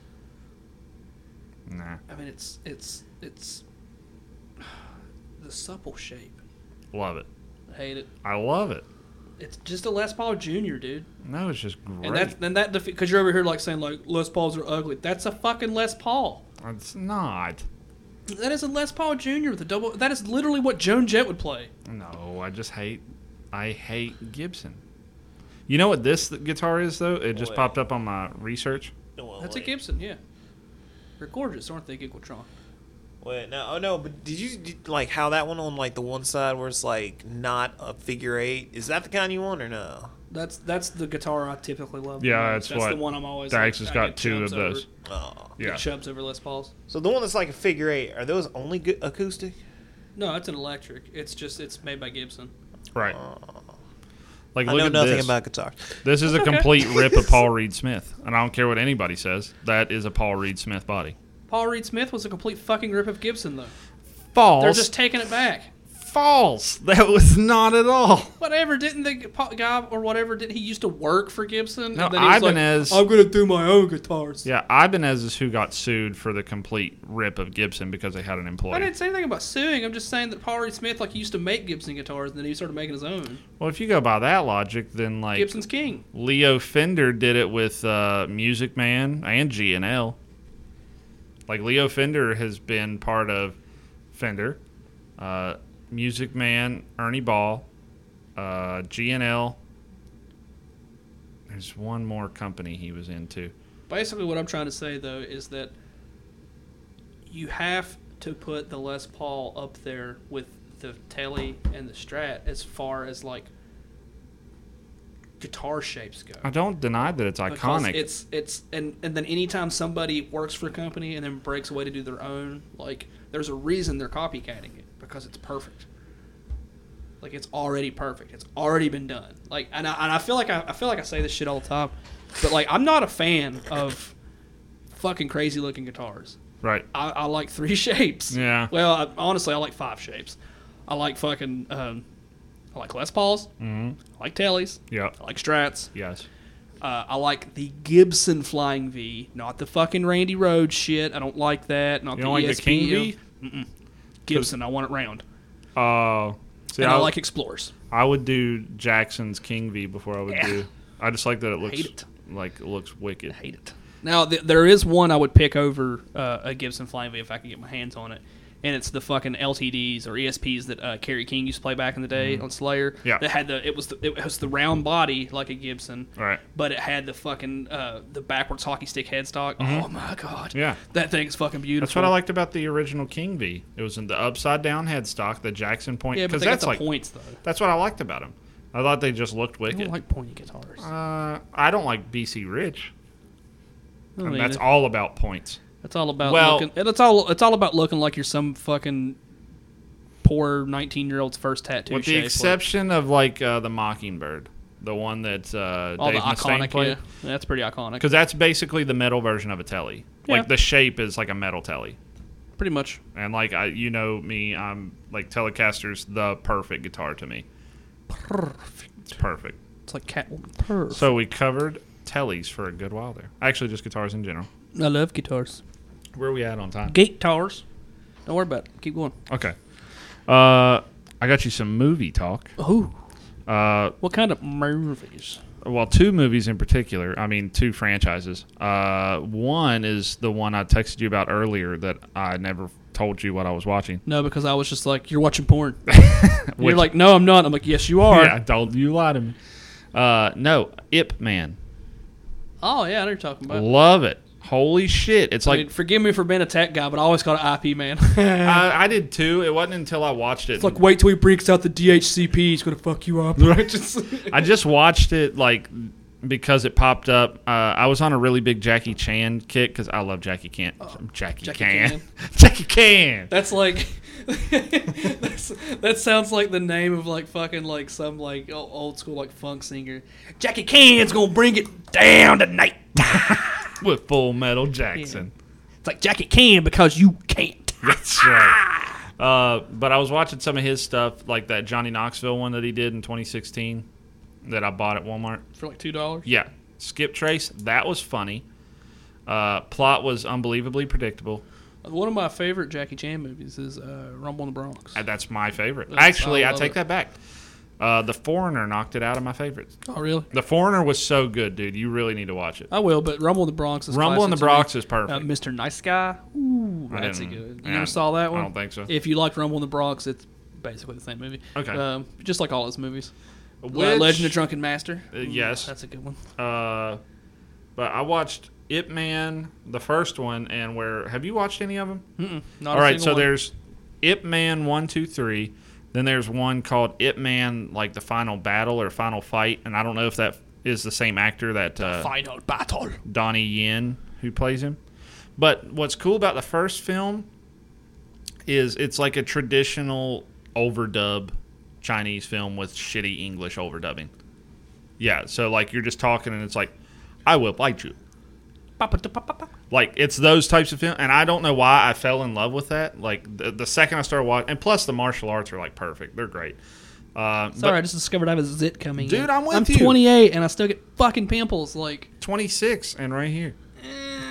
Nah,
I mean, it's it's it's the supple shape.
love it.
I hate it.
I love it.
It's just a Les Paul Junior, dude.
No, it's just great.
And that's then that because you're over here like saying like Les Pauls are ugly. That's a fucking Les Paul.
Uh, it's not.
That is a Les Paul Junior with a double. That is literally what Joan Jett would play.
No, I just hate. I hate Gibson. You know what this guitar is though? It just
What?
popped up on my research.
Well,
That's a
wait.
Gibson, yeah. They're gorgeous, aren't they, Giggletron?
Wait,
No, oh no, but did you did, like how that one on like the one side where it's like not a figure eight? Is that the kind you want or no?
That's that's the guitar I typically love. the
Yeah,
most.
that's
that's
what
the one I'm always.
Dax
like,
has
I
got
get
two
chubs
of those.
Over,
Oh.
yeah.
Yeah.
Chubs over Les Pauls.
So the one that's like a figure eight, are those only good acoustic?
No, it's an electric. It's just it's made by Gibson.
Right. Like
I
look
know
at
nothing
this.
about guitar.
this is a complete rip of Paul Reed Smith, and I don't care what anybody says. That is a Paul Reed Smith body.
Paul Reed Smith was a complete fucking rip of Gibson, though.
False.
They're just taking it back.
false. That was not at all.
Whatever, didn't the po- guy or whatever, didn't he used to work for Gibson?
No,
And then he was like,
Ibanez- Oh,
I'm going to do my own guitars.
Yeah, Ibanez is who got sued for the complete rip of Gibson because they had an
I
employee.
didn't say anything about suing. I'm just saying that Paul Reed Smith, like, he used to make Gibson guitars, and then he started making his own.
Well, if you go by that logic, then like
Gibson's king.
Leo Fender did it with uh, Music Man and G and L. Like Leo Fender has been part of Fender, uh, Music Man, Ernie Ball, uh, G and L. There's one more company he was into.
Basically, what I'm trying to say though is that you have to put the Les Paul up there with the Tele and the Strat as far as like guitar shapes go.
I don't deny that it's
Because
iconic.
It's it's and and then anytime somebody works for a company and then breaks away to do their own, like there's a reason they're copycatting it because it's perfect. Like it's already perfect. It's already been done. Like and I, and I feel like I, I feel like I say this shit all the time, but like I'm not a fan of fucking crazy looking guitars.
right.
I, I like three shapes.
Yeah.
Well, I, honestly, I like five shapes. I like fucking um, I like Les Pauls. Mm-hmm. I like Tellys.
Yeah.
I like Strats.
Yes.
Uh, I like the Gibson Flying V, not the fucking Randy Rhodes shit. I don't like that. Not
You
the E
don't like the
ESP.
King V?
Gibson. I want it round.
Uh, see,
and I,
I-
like Explorers.
I would do Jackson's King V before I would
Yeah.
do. I just like that it looks
Hate it.
like it looks wicked. Hate it.
Now th- there is one I would pick over uh, a Gibson Flying V if I could get my hands on it, and it's the fucking LTDs or ESPs that uh, Kerry King used to play back in the day on Slayer.
Mm-hmm. Yeah.
That had the it was the, it was the round body like a Gibson.
Right.
But it had the fucking uh, the backwards hockey stick headstock. Oh my god.
Mm-hmm. Yeah.
That thing is fucking beautiful.
That's what I liked about the original King V. It was in the upside down headstock, the Jackson point.
Yeah, but
because
they got
that's
the
like
points though.
that's what I liked about them. I thought they just looked
I
wicked.
don't like pointy guitars.
uh, I don't like BC Rich.
I don't
And that's
either.
all about points.
It's all about
Well-
looking, and it's all it's all about looking like you're some fucking poor nineteen year old's first tattoo.
With the
shape, like-
exception of like uh, the Mockingbird, the one that uh,
all
Dave
the
Mustaine
iconic,
played.
yeah, that's pretty iconic.
Because that's basically the metal version of a telly.
Yeah.
Like the shape is like a metal telly.
pretty much,
And like I, you know me, I'm like Telecaster's the perfect guitar to me. It's perfect.
it's like Catwoman. Purr.
So we covered tellies for a good while there. Actually, just guitars in general.
I love guitars.
Where are we at on time?
Guitars. Don't worry about it. Keep going.
Okay. Uh, I got you some movie talk.
Oh,
Uh,
what kind of movies?
well, two movies in particular. I mean, two franchises. Uh, one is the one I texted you about earlier that I never told you what I was watching.
No, because I was just like, you're watching porn.
Which-
you're like, no, I'm not. I'm like, yes, you are.
Yeah, don't you lie to me. Uh, no, Ip Man.
Oh yeah, I know what you're talking about.
Love it. Holy shit. It's
I
like
mean, forgive me for being a tech guy, but I always call it IP man.
I, I did too. It wasn't until I watched it.
Eh. It's like, wait till he breaks out the DHCP. He's gonna fuck you up. Right? Just
I just watched it like because it popped up. Uh, I was on a really big Jackie Chan kick because I love Jackie Chan. Jackie,
Oh, Jackie
Chan.
Chan.
Jackie Chan.
That's like that's, that sounds like the name of like fucking like some like o- old school like funk singer. Jackie Can's gonna bring it.
Down tonight with Full Metal Jackson.
It's like Jackie Can because you can't.
That's right. Uh, but I was watching some of his stuff, like that Johnny Knoxville one that he did in 2016 that I bought at Walmart.
For like two dollars.
Yeah, Skip Trace. That was funny. Uh, plot was unbelievably predictable.
One of my favorite Jackie Chan movies is uh, Rumble in the Bronx.
Uh, That's my favorite.
That's-
Actually,
I
I,
love
take
it.
that back. Uh, the Foreigner knocked it out of my favorites.
Oh really?
The Foreigner was so good, dude. You really need to watch it.
I will, but Rumble in the Bronx is
Rumble in the
classic to me.
Bronx is perfect.
Uh, Mr. Nice Guy. Ooh,
I
that's a
didn't-
good. You
yeah,
never saw that one?
I don't think so.
If you liked Rumble in the Bronx, it's basically the same movie.
Okay.
Um, just like all his movies. Uh,
Which-
Legend of Drunken Master.
Uh, yes.
That's a good one.
Uh, but I watched Ip Man, the first one, and where have you watched any of them?
Hmm. Not
All
a
right,
single
so
one.
there's Ip Man one, two, three. Then there's one called Ip Man, like the final battle or final fight, and I don't know if that is the same actor that uh,
final battle.
Donnie Yen who plays him. But what's cool about the first film is it's like a traditional overdub Chinese film with shitty English overdubbing. Yeah, so like you're just talking and it's like, I will bite you. Like it's those types of films, and I don't know why I fell in love with that. Like the, the second I started watching, and plus the martial arts are like perfect; they're great. Uh, but
Sorry, I just discovered I have a zit coming.
Dude,
in.
I'm with
I'm
you.
28 and I still get fucking pimples. Like
26 and right here,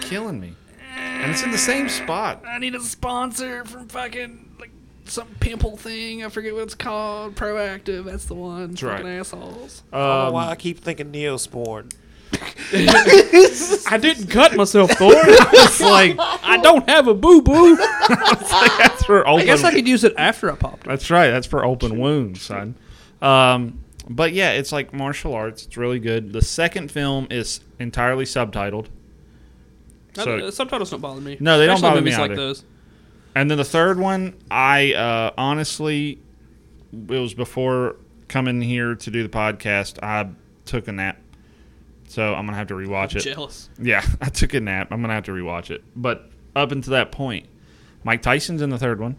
killing me, and it's in the same spot.
I need a sponsor from fucking like some pimple thing. I forget what it's called. Proactive. That's the one. That's
right.
Fucking assholes.
I don't know
Um,
why I keep thinking Neosporin.
I didn't cut myself, Thor. it's like I don't have a boo boo.
That's for open.
I guess I could use it after I popped. it.
That's right. That's for open wounds, son. Um, but yeah, it's like martial arts. It's really good. The second film is entirely subtitled,
I
So-
don't- Subtitles don't bother me.
No, they don't
Especially
bother me
movies like
either.
those.
and then the third one, I uh, honestly, it was before coming here to do the podcast. I took a nap, so I'm gonna have to rewatch it.
Jealous.
Yeah, I took a nap. I'm gonna have to rewatch it. But up until that point, Mike Tyson's in the third one.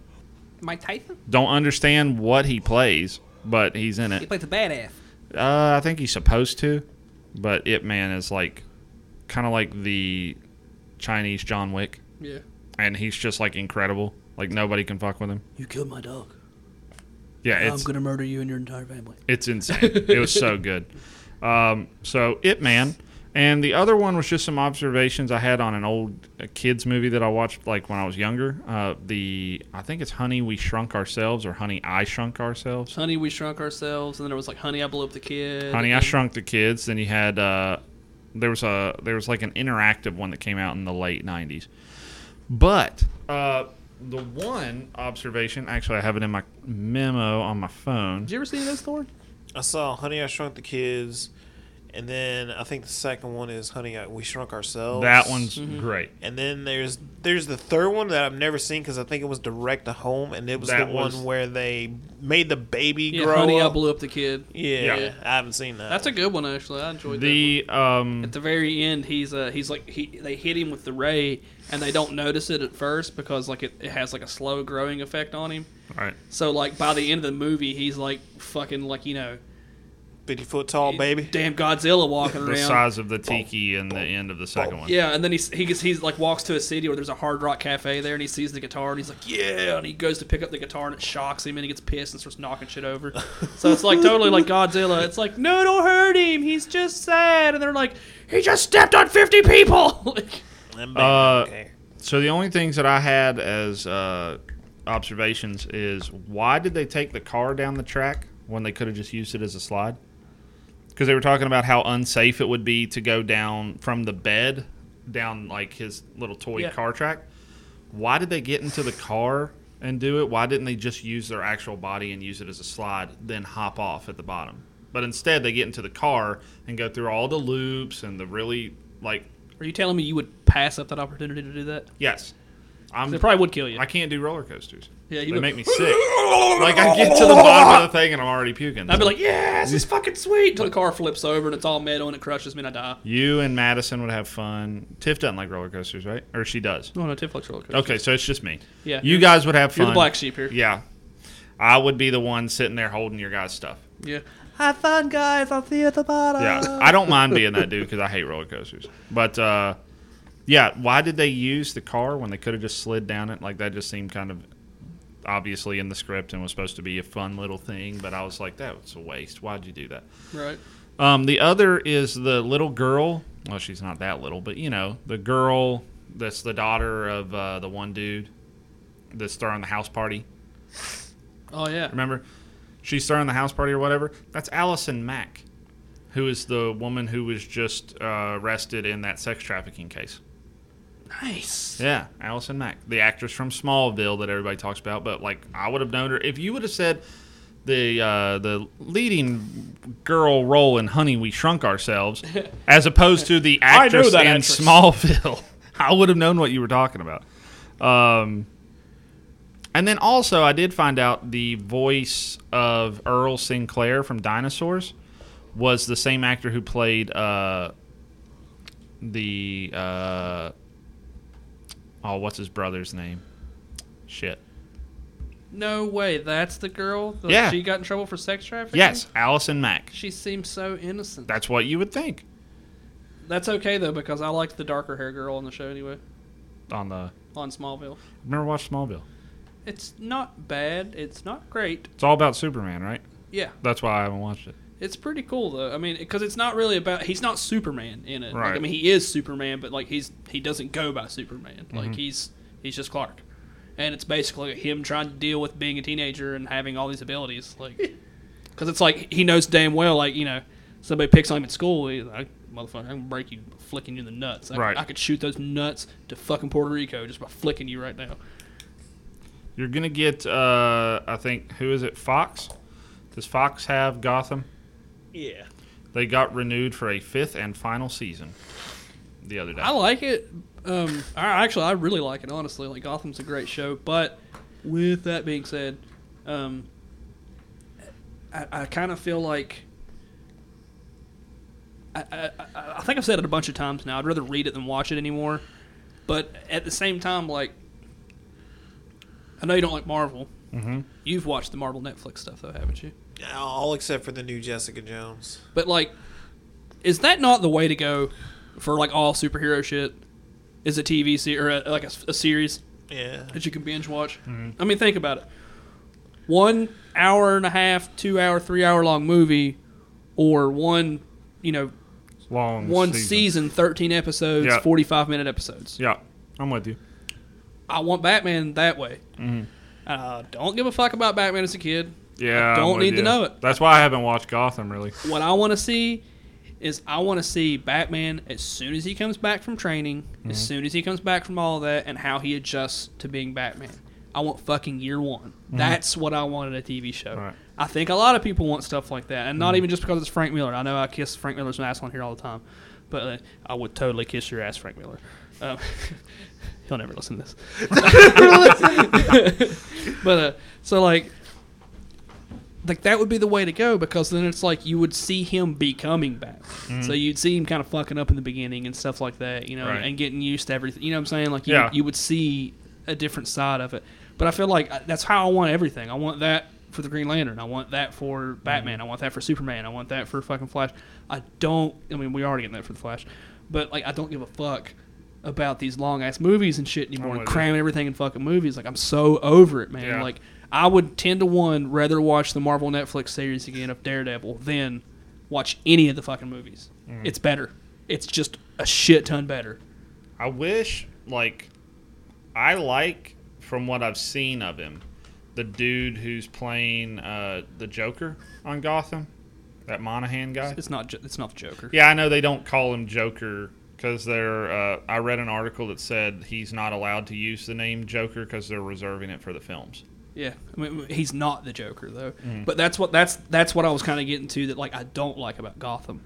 Mike Tyson.
Don't understand what he plays, but he's in it.
He plays a badass.
Uh, I think he's supposed to, but Ip Man is like kind of like the Chinese John Wick,
Yeah.
and he's just like incredible. Like nobody can fuck with him.
You killed my dog.
Yeah,
I'm
it's
gonna murder you and your entire family.
it's insane. it was so good. Um, so Ip Man, and the other one was just some observations I had on an old uh, kids movie that I watched like when I was younger. Uh, the I think it's Honey We Shrunk Ourselves or Honey I Shrunk Ourselves.
Honey, we shrunk ourselves, and then there was like, Honey, I blew up the kid.
Honey, I
and-
Shrunk the Kids. Then you had uh, there was a there was like an interactive one that came out in the late '90s. But uh, the one observation, actually, I have it in my memo on my phone.
Did you ever see those Thor?
I saw Honey I Shrunk the Kids, and then I think the second one is Honey I, We Shrunk Ourselves.
That one's
Mm-hmm.
great.
And then there's there's the third one that I've never seen because I think it was direct to home, and it was
That
the
was-
one where they made the baby
Yeah,
grow
Honey, I
up.
blew up the kid.
yeah,
Yeah.
I haven't seen that.
That's a good one actually. I enjoyed that. one.
The um,
At the very end, he's uh he's like he they hit him with the ray, and they don't notice it at first because like it, it has like a slow growing effect on him.
all right.
So like by the end of the movie, he's like fucking like you know
fifty foot tall Oh, baby.
damn Godzilla walking
The
around.
size of the tiki and the end of the second one.
Yeah, and then he's, he gets, he's like walks to a city where there's a hard rock cafe there, and he sees the guitar, and he's like, "Yeah!" And he goes to pick up the guitar, and it shocks him, and he gets pissed and starts knocking shit over. so it's like totally like Godzilla. It's like, "No, don't hurt him. He's just sad." And they're like, "He just stepped on fifty people." like,
That baby
Uh,
don't care.
So the only things that I had as uh, observations is why did they take the car down the track when they could have just used it as a slide? Because they were talking about how unsafe it would be to go down from the bed down like his little toy
Yeah.
car track. Why did they get into the car and do it? Why didn't they just use their actual body and use it as a slide, then hop off at the bottom? But instead, they get into the car and go through all the loops and the really like
are you telling me you would pass up that opportunity to do that?
yes. I'm
They probably would kill you.
I can't do roller coasters.
Yeah, you
they
would-
make me sick. like I get to the bottom of the thing and I'm already puking.
I'd be like, "Yeah, this is fucking sweet." Until the car flips over and it's all metal and it crushes me and I die.
you and Madison would have fun. Tiff doesn't like roller coasters, right? Or she does.
Oh, No, no, Tiff likes roller coasters.
Okay, so it's just me.
Yeah.
you guys would have fun.
You're the black sheep here.
Yeah, I would be the one sitting there holding your guys' stuff.
Yeah.
Have fun, guys. I'll see you at the bottom.
Yeah, I don't mind being that dude because I hate roller coasters. But uh, yeah, why did they use the car when they could have just slid down it? Like that just seemed kind of obviously in the script and was supposed to be a fun little thing. But I was like, that was a waste. Why'd you do that?
Right.
Um, the other is the little girl. Well, she's not that little, but you know, the girl that's the daughter of uh, the one dude that's throwing the house party.
Oh yeah.
Remember, she's throwing the house party or whatever. That's Allison Mack, who is the woman who was just uh, arrested in that sex trafficking case.
Nice.
Yeah, Allison Mack, the actress from Smallville that everybody talks about. But like, I would have known her if you would have said the uh, the leading girl role in Honey We Shrunk Ourselves, as opposed to the
I know
actress
that
in
actress.
Smallville. I would have known what you were talking about. Um, and then also, I did find out the voice of Earl Sinclair from Dinosaurs was the same actor who played uh, the uh, oh, what's his brother's name? Shit.
No way. That's the girl. That
Yeah.
She got in trouble for sex trafficking.
Yes, Allison Mack.
She seems so innocent.
That's what you would think.
That's okay though because I liked the darker hair girl on the show anyway
on the.
on Smallville.
Never watched Smallville.
It's not bad. It's not great.
It's all about Superman, right?
Yeah,
That's why I haven't watched it.
it's pretty cool though. I mean, because it's not really about he's not Superman in it. Like, I
Right.
mean, he is Superman, but like he's he doesn't go by Superman.
Mm-hmm.
Like he's he's just Clark, and it's basically him trying to deal with being a teenager and having all these abilities. Like, because it's like he knows damn well, like you know, somebody picks on him at school. He's like, motherfucker, I'm gonna break you, flicking you in the nuts. I,
Right.
I could shoot those nuts to fucking Puerto Rico just by flicking you right now.
You're gonna get, uh, I think, who is it? Fox. Does Fox have Gotham?
Yeah.
They got renewed for a fifth and final season the other day.
I like it. Um, I actually I really like it honestly. Like Gotham's a great show, but with that being said, um, I, I kind of feel like I, I, I I think I've said it a bunch of times now. I'd rather read it than watch it anymore. But at the same time, like I know you don't like Marvel.
Mhm.
You've watched the Marvel Netflix stuff though, haven't you?
All except for the new Jessica Jones.
But like, is that not the way to go for like all superhero shit? Is a TV series or a, like a, s- a series
Yeah.
that you can binge watch?
Mm-hmm.
I mean, think about it. One hour and a half, two hour, three hour long movie, or one, you know,
Long
one season, thirteen episodes,
Yeah.
forty five minute episodes.
Yeah, I'm with you.
I want Batman that way.
Mm-hmm.
Uh, don't give a fuck about Batman as a kid.
Yeah,
I don't
I'm with
need to
you.
know it.
That's why I haven't watched Gotham really.
What I want to see is I want to see Batman as soon as he comes back from training, as soon as he comes back from all that, and how he adjusts to being Batman. I want fucking year one. That's what I want in a TV show.
Right.
I think a lot of people want stuff like that, and not even just because it's Frank Miller. I know I kiss Frank Miller's ass on here all the time, but uh, I would totally kiss your ass, Frank Miller. Um, he'll never listen to this. but uh, so like like that would be the way to go because then it's like you would see him becoming Batman. So you'd see him kind of fucking up in the beginning and stuff like that, you know,
Mm-hmm. Right.
and getting used to everything. You know what I'm saying? Like you,
Yeah.
you would see a different side of it. But I feel like I- that's how I want everything. I want that for the Green Lantern. I want that for
Mm-hmm.
Batman. I want that for Superman. I want that for fucking Flash. I don't. I mean, we already getting that for the Flash, but like I don't give a fuck about these long ass movies and shit anymore. And
with you.
cramming everything in fucking movies. Like I'm so over it, man.
Yeah.
Like I would ten to one rather watch the Marvel Netflix series again of Daredevil than watch any of the fucking movies.
Mm-hmm.
It's better. It's just a shit ton better.
I wish like I like from what I've seen of him, the dude who's playing uh, the Joker on Gotham, that Monahan guy.
It's not. Ju- It's not the Joker.
Yeah, I know they don't call him Joker because they're. Uh, I read an article that said he's not allowed to use the name Joker because they're reserving it for the films.
Yeah, I mean, he's not the Joker though.
Mm-hmm.
But that's what that's that's what I was kind of getting to. That like I don't like about Gotham.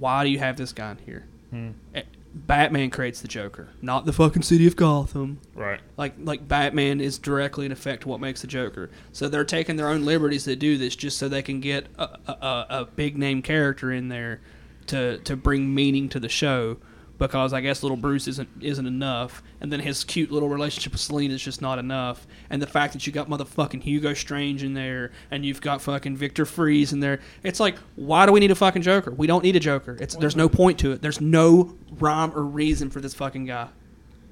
Why do you have this guy in here?
Mm-hmm.
Eh, Batman creates the Joker, not the fucking city of Gotham.
Right.
Like like Batman is directly in effect what makes the Joker. So they're taking their own liberties to do this just so they can get a, a, a- a big name character in there to to bring meaning to the show. Because I guess little Bruce isn't isn't enough, and then his cute little relationship with Selena is just not enough, and the fact that you got motherfucking Hugo Strange in there, and you've got fucking Victor Freeze in there, it's like why do we need a fucking Joker? We don't need a Joker. It's there's no point to it. There's no rhyme or reason for this fucking guy.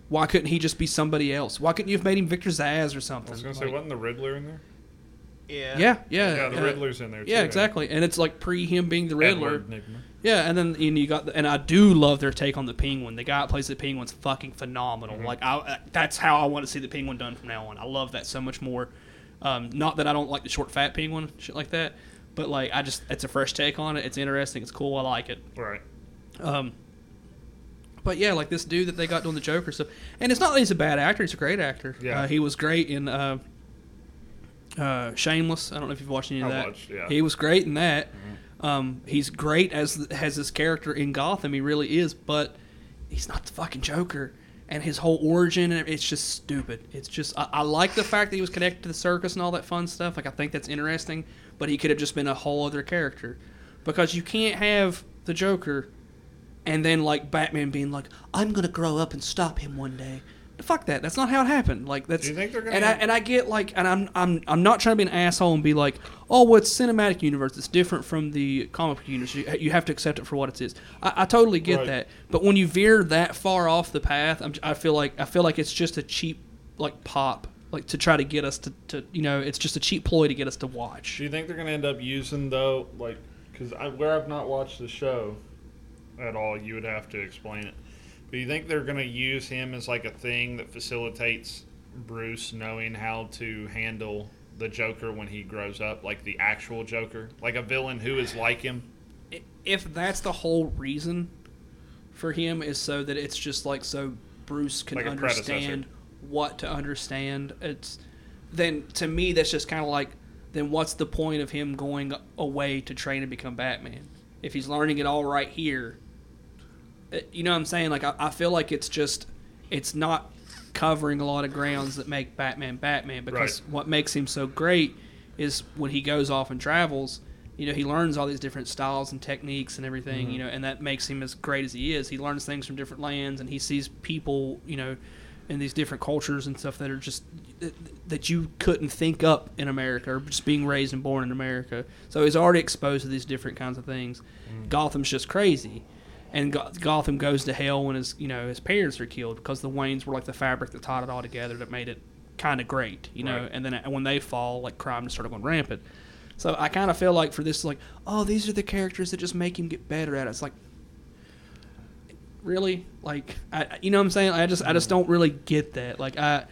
Why couldn't he just be somebody else? Why couldn't you have made him Victor Zaz or something?
I was gonna say,
Like,
wasn't the Riddler in there?
Yeah.
Yeah, yeah,
Yeah, the
uh,
Riddler's in there.
yeah,
too.
exactly. And it's like pre him being the Riddler.
Edward Nygma.
Yeah, and then and you got the, and I do love their take on the Penguin. The guy that plays the Penguin's fucking
Mm-hmm.
phenomenal. Like I, uh, that's how I want to see the Penguin done from now on. I love that so much more. Um, not that I don't like the short fat Penguin shit like that, but like I just it's a fresh take on it. It's interesting. It's cool. I like it.
Right.
Um, but yeah, like this dude that they got doing the Joker stuff, and it's not that he's a bad actor; he's a great actor.
Yeah.
uh, he was great in uh, uh, Shameless. I don't know if you've watched any of
I
that.
watched, yeah. Mm-hmm.
He was great in that. Um, he's great as has this character in Gotham. He really is, but he's not the fucking Joker. And his whole origin, and it's just stupid. It's just I, I like the fact that he was connected to the circus and all that fun stuff. Like I think that's interesting, but he could have just been a whole other character, because you can't have the Joker and then like Batman being like, "I'm gonna grow up and stop him one day." fuck that. That's not how it happened. Like that's.
Do you think they're gonna
and I
have-
and I get like, and I'm I'm I'm not trying to be an asshole and be like, oh, well, it's cinematic universe. It's different from the comic book universe. You, you have to accept it for what it is. I, I totally get
Right.
that. But when you veer that far off the path, I'm, I feel like I feel like it's just a cheap like pop. Like to try to get us to, to, you know, it's just a cheap ploy to get us to watch.
Do you think they're gonna end up using though, like, because I, where I've not watched the show at all, you would have to explain it. But you think they're gonna use him as like a thing that facilitates Bruce knowing how to handle the Joker when he grows up, like the actual Joker, like a villain who is like him?
if that's the whole reason for him is so that it's just like so Bruce can
Like a predecessor.
understand what to understand. It's then to me that's just kind of like then what's the point of him going away to train and become Batman if he's learning it all right here? Uh, You know what I'm saying? Like I, I feel like it's just it's not covering a lot of grounds that make Batman Batman because
Right.
what makes him so great is when he goes off and travels, you know, he learns all these different styles and techniques and everything, you know, and that makes him as great as he is. He learns things from different lands and he sees people, you know, in these different cultures and stuff that are just that- that you couldn't think up in America or just being raised and born in America. So he's already exposed to these different kinds of things. Gotham's just crazy. And Go- Gotham goes to hell when his, you know, his parents are killed because the Waynes were like the fabric that tied it all together that made it kind of great, you know. And then uh, when they fall, like crime just started going rampant. So I kind of feel like for this, like, oh, these are the characters that just make him get better at it. It's like, really, like, I, I- you know what I'm saying? I just, I just don't really get that. Like, I,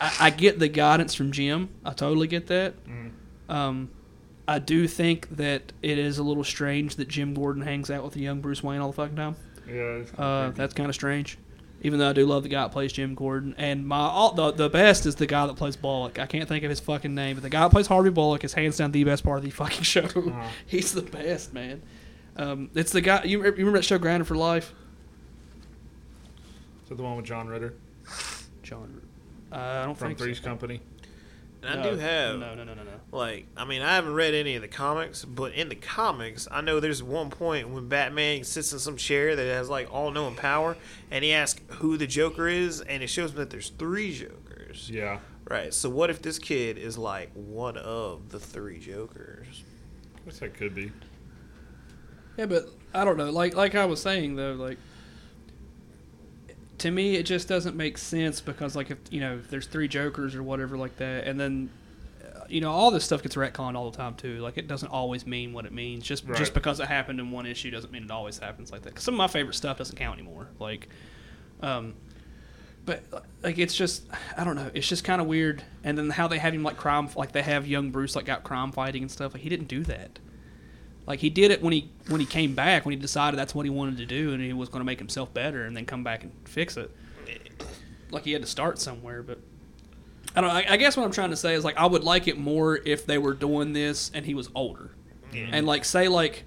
I, I get the guidance from Jim. I totally get that.
Mm-hmm.
Um, I do think that it is a little strange that Jim Gordon hangs out with the young Bruce Wayne all the fucking time.
Yeah.
Uh, that's kind of strange. Even though I do love the guy that plays Jim Gordon, and my all, the the best is the guy that plays Bullock. I can't think of his fucking name, but the guy that plays Harvey Bullock is hands down the best part of the fucking show.
Uh-huh.
He's the best man. Um, it's the guy you, you remember that show Grinder for Life?
Is that the one with John Ritter
John, uh, I don't
from
think
Three's
so.
Company?
And I do have
No, no, no, no, no.
Like, I mean, I haven't read any of the comics, but in the comics, I know there's one point when Batman sits in some chair that has like all knowing power, and he asks who the Joker is, and it shows him that there's three Jokers.
Yeah.
Right. So what if this kid is like one of the three Jokers?
I guess that could be.
Yeah, but I don't know. Like like I was saying though, like to me it just doesn't make sense because like if you know if there's three jokers or whatever like that, and then uh, you know all this stuff gets retconned all the time too. Like it doesn't always mean what it means. Just
Right.
just because it happened in one issue doesn't mean it always happens like that. 'Cause some of my favorite stuff doesn't count anymore. Like, um, but like it's just I don't know. It's just kind of weird. And then how they have him like crime like they have young Bruce like out crime fighting and stuff. Like he didn't do that. Like he did it when he when he came back when he decided that's what he wanted to do and he was going to make himself better and then come back and fix it. Like he had to start somewhere, but I don't. I, I guess what I'm trying to say is like I would like it more if they were doing this and he was older, and like say like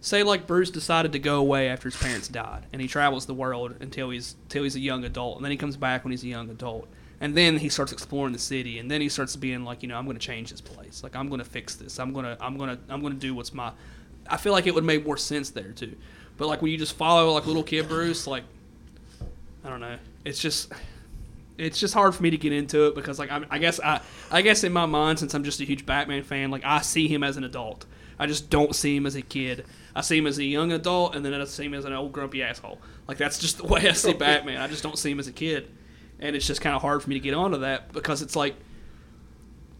say like Bruce decided to go away after his parents died, and he travels the world until he's until he's a young adult, and then he comes back when he's a young adult, and then he starts exploring the city, and then he starts being like, you know, I'm going to change this place, like I'm going to fix this, I'm gonna I'm gonna I'm gonna do what's my. I feel like it would make more sense there too, but like when you just follow like little kid Bruce, like I don't know, it's just. It's just hard for me to get into it because, like, I, I guess I, I guess in my mind, since I'm just a huge Batman fan, like I see him as an adult. I just don't see him as a kid. I see him as a young adult, and then I see him as an old grumpy asshole. Like that's just the way I see Batman. I just don't see him as a kid, and it's just kind of hard for me to get onto that because it's like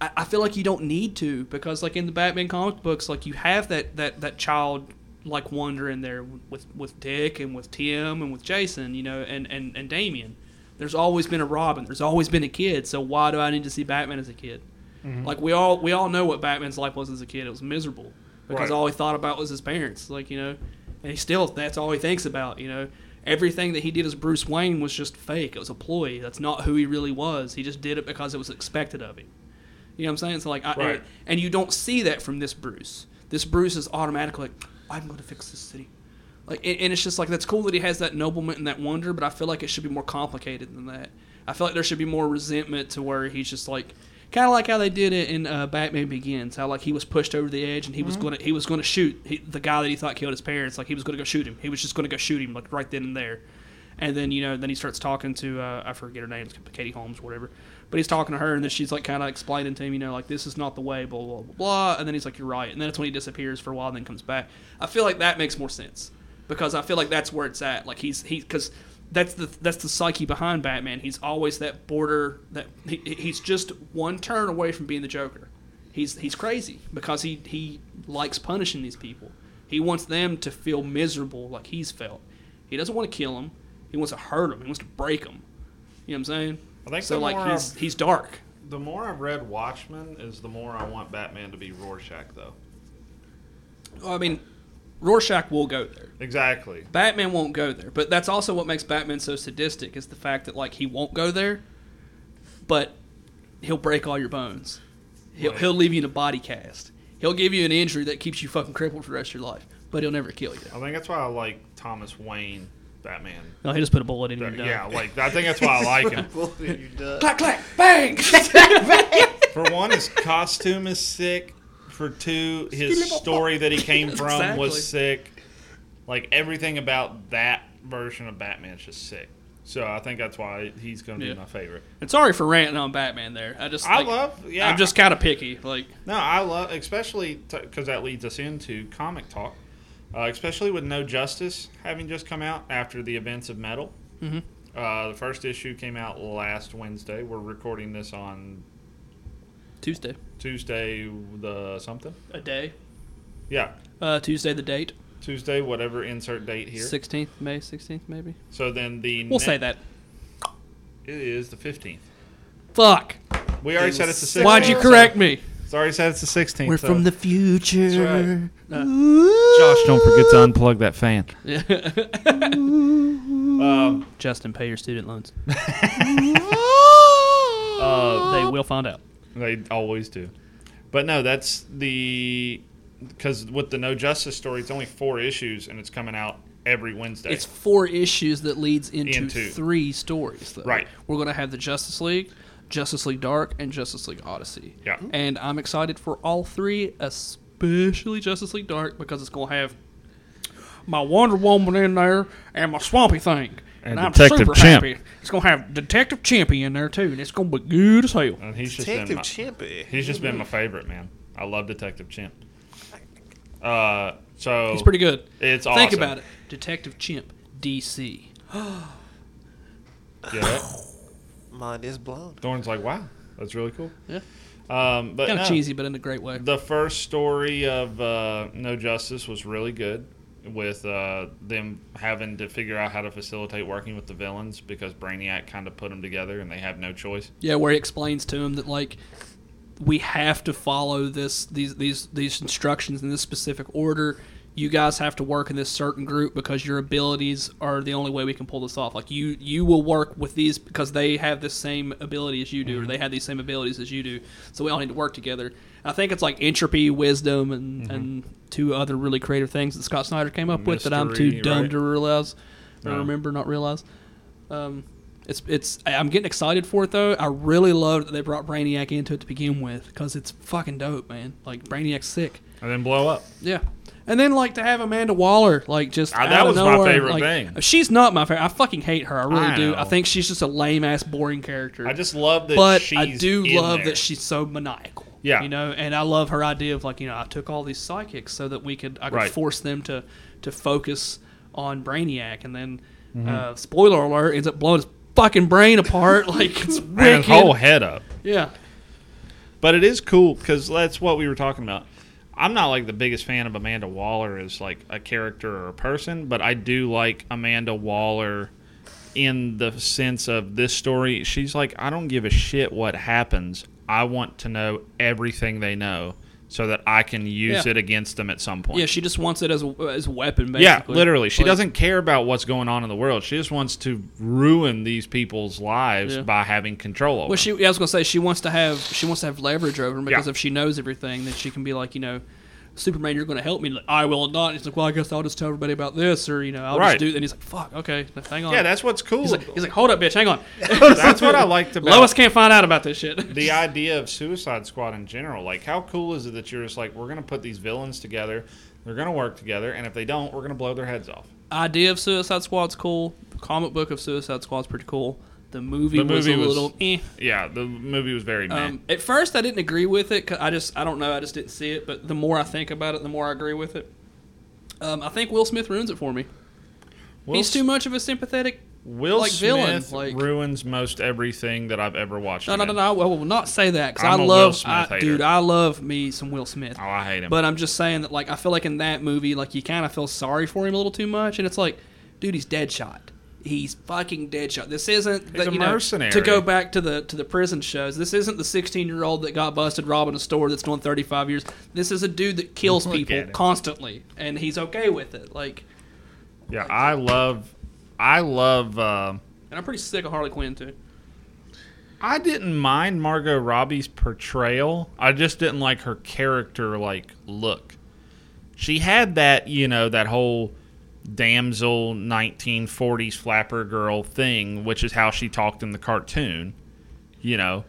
I, I feel like you don't need to because like in the Batman comic books, like you have that that that child like wonder in there with with Dick and with Tim and with Jason, you know, and and and Damien. There's always been a Robin. There's always been a kid. So why do I need to see Batman as a kid? Like we all we all know what Batman's life was as a kid. It was miserable because
Right.
all he thought about was his parents. Like you know, and he still that's all he thinks about. You know, everything that he did as Bruce Wayne was just fake. It was a ploy. That's not who he really was. He just did it because it was expected of him. You know what I'm saying? So like, I,
Right.
and you don't see that from this Bruce. This Bruce is automatically like, I'm going to fix this city. Like, and, and it's just like that's cool that he has that noblement and that wonder, but I feel like it should be more complicated than that. I feel like there should be more resentment to where he's just like, kind of like how they did it in uh, Batman Begins, how like he was pushed over the edge and he was gonna he was gonna shoot he, the guy that he thought killed his parents. Like he was gonna go shoot him. He was just gonna go shoot him like right then and there. And then you know, then he starts talking to uh, I forget her name, it's Katie Holmes, or whatever. But he's talking to her, and then she's like kind of explaining to him, you know, like this is not the way, blah blah blah blah. And then he's like, you're right. And then that's when he disappears for a while, and then comes back. I feel like that makes more sense because I feel like that's where it's at. Like he's he because that's the that's the psyche behind Batman. He's always that border that he, he's just one turn away from being the Joker. He's he's crazy because he he likes punishing these people. He wants them to feel miserable like he's felt. He doesn't want to kill them. He wants to hurt them. He wants to break them. You know what I'm saying?
I think
so.
the
Like
more
he's
I've-
he's dark.
The more I've read Watchmen, is the more I want Batman to be Rorschach, though.
I mean, Rorschach will go there.
Exactly.
Batman won't go there, but that's also what makes Batman so sadistic is the fact that like he won't go there, but he'll break all your bones. He'll, he'll leave you in a body cast. He'll give you an injury that keeps you fucking crippled for the rest of your life, but he'll never kill you.
I think that's why I like Thomas Wayne Batman.
No, Oh, he just put a bullet in you.
Yeah, like I think that's why I like him.
Well, you're done.
Clack clack bang.
For one, his costume is sick. For two, his story that he came from
Exactly.
was sick. Like everything about that version of Batman's just sick. So I think that's why he's going to
Yeah.
be my favorite.
and sorry for ranting on Batman there. I just
I
like,
love. Yeah,
I'm just kind of picky. Like
No, I love, especially because that leads us into comic talk, uh, especially with No Justice having just come out after the events of Metal. Mm-hmm. Uh, the first issue came out last Wednesday. We're recording this on
Tuesday,
Tuesday, the something.
a day.
Yeah,
Uh, Tuesday the date,
Tuesday, whatever insert date here.
16th May, 16th maybe.
So then the
We'll say that.
it is the fifteenth.
Fuck.
We already said it's the sixteenth.
Why'd you correct me?
It's already said it's the sixteenth.
We're from the future.
Uh,
Josh. Don't forget to unplug that fan. um,
Justin, pay your student loans.
uh,
They will find out.
They always do. But no, that's the because with the No Justice story, it's only four issues and it's coming out every Wednesday.
It's four issues that leads into,
Into.
three stories. Though.
Right.
We're going to have the Justice League, Justice League Dark, and Justice League Odyssey.
Yeah.
And I'm excited for all three, especially Justice League Dark, because it's going to have my Wonder Woman in there and my Swampy Thing. And, I'm
Detective
super
Chimp.
happy. It's going to have Detective Chimpy in there, too, and it's going to be good as hell.
and he's just been
Detective
my,
Chimpy.
he's just been my favorite man. I love Detective Chimp. Uh, so
It's pretty good.
It's awesome.
Think about it. Detective Chimp, DC.
Yeah.
Mind is blown.
Thorne's like, wow, that's really cool.
Yeah.
Um, but
Kind of
no.
cheesy, but in a great way.
The first story of uh, No Justice was really good, with uh, them having to figure out how to facilitate working with the villains because Brainiac kind of put them together and they have no choice.
Yeah, where he explains to him that like we have to follow this these these these instructions in this specific order. You guys have to work in this certain group because your abilities are the only way we can pull this off. Like you you will work with these because they have the same ability as you do, or
Mm-hmm.
they have these same abilities as you do. So we all need to work together. I think it's like entropy, wisdom, and
Mm-hmm.
and two other really creative things that Scott Snyder came up with that I'm too
Mystery,
dumb
right?
to realize or
Yeah.
remember, not realize. Um, it's it's. I- I'm getting excited for it though. I really love that they brought Brainiac into it to begin with because it's fucking dope, man. Like Brainiac's sick.
And then blow up.
Yeah. And then like to have Amanda Waller like just
Ah,
out
that
of
was my
nowhere,
favorite
like-
thing.
She's not my favorite. I fucking hate her. I really
I
do.
know.
I think she's just a lame ass boring character.
I just love that.
but
she's
I do
in
love
there.
that she's so maniacal.
Yeah.
You know, and I love her idea of like, you know, I took all these psychics so that we could I could
Right.
force them to to focus on Brainiac and then
Mm-hmm.
uh, spoiler alert ends up blowing his fucking brain apart like it's
ran
wicked.
his whole head up.
yeah.
But it is cool because that's what we were talking about. I'm not like the biggest fan of Amanda Waller as like a character or a person, but I do like Amanda Waller in the sense of this story. She's like, I don't give a shit what happens. I want to know everything they know so that I can use
Yeah.
it against them at some point.
Yeah, she just wants it as a, as a weapon basically.
Yeah, literally. She
Like,
doesn't care about what's going on in the world. She just wants to ruin these people's lives
Yeah.
by having control over
Well,
them.
she. yeah, I was gonna say she wants to have she wants to have leverage over him because
Yeah.
if she knows everything, then she can be like, you know, Superman, you're gonna help me. Like, I will not. He's like, well, I guess I'll just tell everybody about this, or you know, I'll just
Right.
do. And he's like, fuck, okay, now hang on.
yeah, that's what's cool.
He's like, he's like, hold up, bitch, hang on.
that's what I liked about
Lois can't find out about this shit.
the idea of Suicide Squad in general. Like, how cool is it that you're just like, we're going to put these villains together, they're going to work together, and if they don't, we're going to blow their heads off.
idea of Suicide Squad's cool. The comic book of Suicide Squad's pretty cool. The movie,
The
was a
movie was-
little eh.
Yeah, the movie was very meh.
Um, at first, I didn't agree with it. 'cause I just, I don't know, I just didn't see it. But the more I think about it, the more I agree with it. Um, I think Will Smith ruins it for me.
Will
He's
S-
too much of a sympathetic.
Will
like,
Smith
villain, like-
ruins most everything that I've ever watched.
No, no,
him
no,
in.
no. I will not say that because I
I'm a Will
love,
Smith
I,
hater.
dude. I love me some Will Smith.
Oh, I hate him.
But I'm just saying that, like, I feel like in that movie, like, you kind of feel sorry for him a little too much, and it's like, dude, he's dead shot. He's fucking dead shot. This isn't that
a
you know
mercenary.
to go back to the to the prison shows. This isn't the 16 year old that got busted robbing a store that's doing 35 years. This is a dude that kills
Look
people
at him.
constantly, and he's okay with it. Like,
yeah, I love, I love. Uh,
and I'm pretty sick of Harley Quinn too.
I didn't mind Margot Robbie's portrayal. I just didn't like her character, like look. She had that, you know, that whole damsel 1940s flapper girl thing, which is how she talked in the cartoon. You know,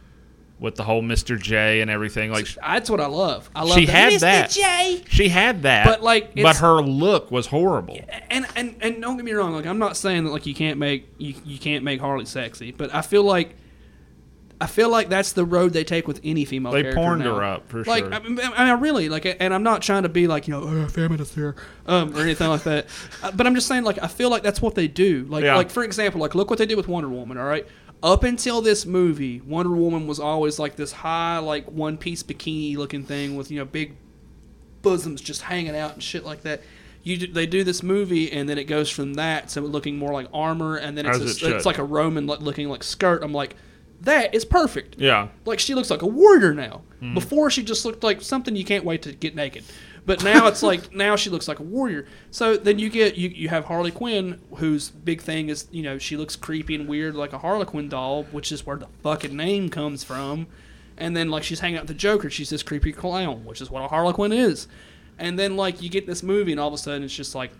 with the whole Mr. J and everything. Like
That's what I love. I love
she
that.
had that. She had that.
But, like,
but
it's-
her look was horrible.
and and and don't get me wrong, like I'm not saying that like you can't make you, you can't make Harley sexy, but I feel like I feel like that's the road they take with any female.
They
character
pawned
now.
her up, for
like,
sure.
I mean, I mean, really, like, and I'm not trying to be like you
Uh,
know oh, feminist here um, or anything like that, Uh, but I'm just saying like I feel like that's what they do. Like
Yeah.
like for example, like look what they did with Wonder Woman. All right. Up until this movie, Wonder Woman was always like this high, like one piece bikini looking thing with you know big bosoms just hanging out and shit like that. You do, they do this movie and then it goes from that to looking more like armor and then it's
As
a-
it should.
it's like a Roman lo- looking like skirt. I'm like, that is perfect.
Yeah.
Like she looks like a warrior now. Before she just looked like something you can't wait to get naked. But now it's like now she looks like a warrior. So then you get you, you have Harley Quinn, whose big thing is you know she looks creepy and weird like a Harlequin doll, which is where the fucking name comes from. And then like she's hanging out with the Joker, she's this creepy clown, which is what a Harlequin is. And then like you get this movie, and all of a sudden it's just like,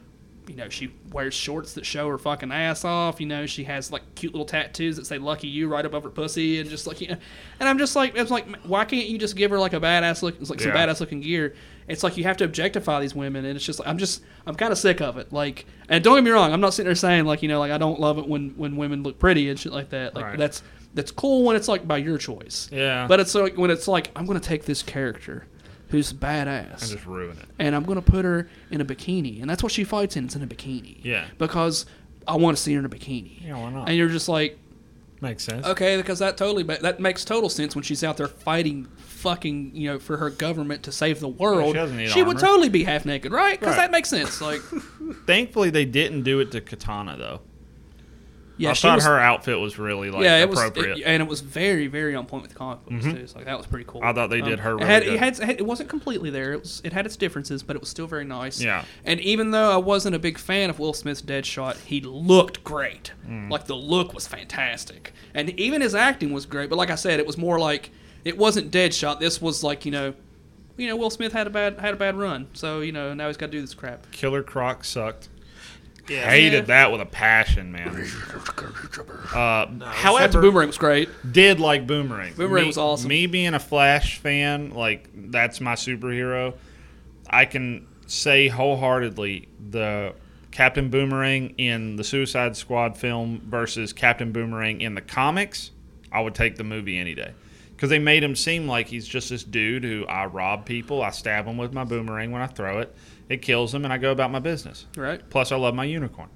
you know, she wears shorts that show her fucking ass off. You know, she has like cute little tattoos that say "Lucky You" right above her pussy, and just like, you know, and I'm just like, it's like, why can't you just give her like a badass look? It's like some
Yeah.
badass looking gear. It's like you have to objectify these women, and it's just like I'm just I'm kind of sick of it. Like, and don't get me wrong, I'm not sitting there saying like you know like I don't love it when when women look pretty and shit like that. Like
Right.
that's that's cool when it's like by your choice.
Yeah.
But it's like when it's like I'm gonna take this character who's badass
Just ruin it.
and I'm gonna put her in a bikini, and that's what she fights in. It's in a bikini.
Yeah.
Because I want to see her in a bikini.
Yeah, why not?
And you're just like,
Makes sense.
okay, because that totally ma- that makes total sense when she's out there fighting, fucking, you know, for her government to save the world.
She doesn't need
would
armor.
totally be half naked, right? Because
Right.
that makes sense. Like,
Thankfully, they didn't do it to Katana though.
yeah,
I
she
thought
was.
her outfit was really like
yeah, it was,
appropriate. Mm-hmm.
it- and it was very, very on point with the comic books too. So like, that was pretty cool. Um,
I thought they did her
It had,
really
it had it wasn't completely there. It was it had its differences, but it was still very nice.
Yeah.
And even though I wasn't a big fan of Will Smith's Deadshot, he looked great.
Mm.
Like the look was fantastic, and even his acting was great. But like I said, it was more like it wasn't Deadshot. This was like you know, you know Will Smith had a bad had a bad run, so you know now he's got to do this crap.
Killer Croc sucked.
Yeah.
Hated
Yeah.
that with a passion, man. Uh,
Back to
however,
Oh, Boomerang was great.
did like Boomerang.
Boomerang
Me-
was awesome.
Me being a Flash fan, like that's my superhero. I can say wholeheartedly the Captain Boomerang in the Suicide Squad film versus Captain Boomerang in the comics. I would take the movie any day because they made him seem like he's just this dude who I rob people, I stab him with my boomerang when I throw it, it kills him, and I go about my business.
Right.
Plus, I love my unicorn.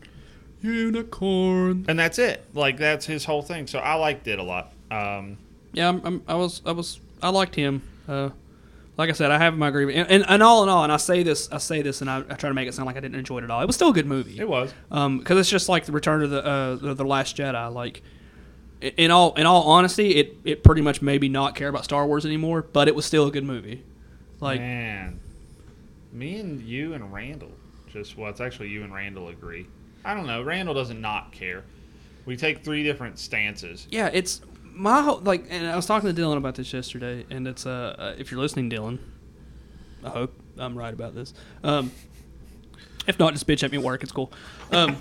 Unicorn.
And that's it. Like, that's his whole thing. So I liked it a lot. Um,
Yeah, I'm, I'm, I was, I was, I liked him. Uh, like I said, I have my agreement, and, and, and all in all, and I say this, I say this, and I, I try to make it sound like I didn't enjoy it at all. It was still a good movie.
it was.
Um, because it's just like the Return of the uh, the, the Last Jedi. Like, i- in all in all honesty, it it pretty much made me not care about Star Wars anymore. But it was still a good movie. Like,
Man, me and you and Randall just well, it's actually you and Randall agree. I don't know. Randall doesn't not care. We take three different stances.
yeah, it's my whole like, and I was talking to Dylan about this yesterday, and it's uh, uh if you're listening, Dylan, I hope I'm right about this. Um, if not, just bitch at me at work. It's cool. Um,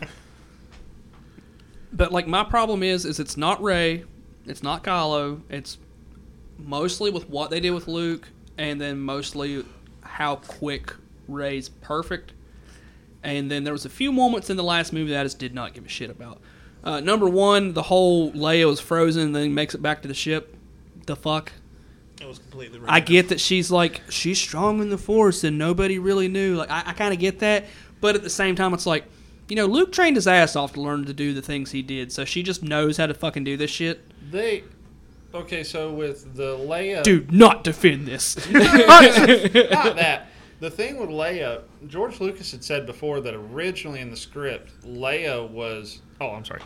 but like my problem is, is it's not Ray, it's not Kylo, it's mostly with what they did with Luke, and then mostly how quick Ray's perfect And then there was a few moments in the last movie that I just did not give a shit about. Uh, number one, the whole Leia was frozen, then makes it back to the ship. The fuck.
It was completely
I
random.
get that she's like she's strong in the force and nobody really knew. Like I, I kind of get that, but at the same time, it's like you know Luke trained his ass off to learn to do the things he did, so she just knows how to fucking do this shit.
They okay. So with the Leia,
Do not defend this.
not that. The thing with Leia, George Lucas had said before that originally in the script, Leia was. Oh, I'm sorry.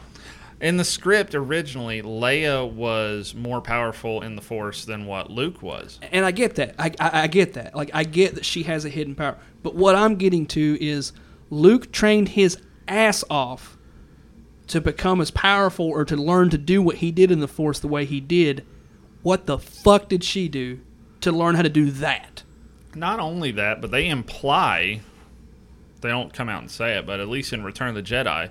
In the script originally, Leia was more powerful in the Force than what Luke was.
and I get that. I, I, I get that. Like I get that she has a hidden power. But what I'm getting to is Luke trained his ass off to become as powerful or to learn to do what he did in the Force the way he did. What the fuck did she do to learn how to do that?
Not only that, but they imply they don't come out and say it, but at least in Return of the Jedi,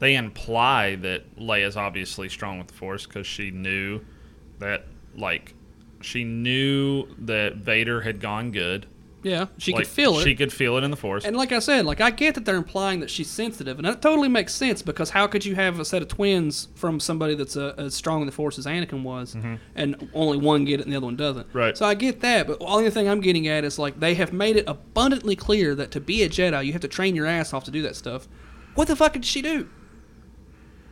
they imply that Leia's obviously strong with the Force because she knew that, like, she knew that Vader had gone good.
Yeah, she
Like,
could feel it.
She could feel it in the Force.
and like I said, like I get that they're implying that she's sensitive, and that totally makes sense because how could you have a set of twins from somebody that's uh, as strong in the force as Anakin was, and only one get it and the other one doesn't?
Right.
So I get that, but the only thing I'm getting at is like they have made it abundantly clear that to be a Jedi, you have to train your ass off to do that stuff. What the fuck did she do?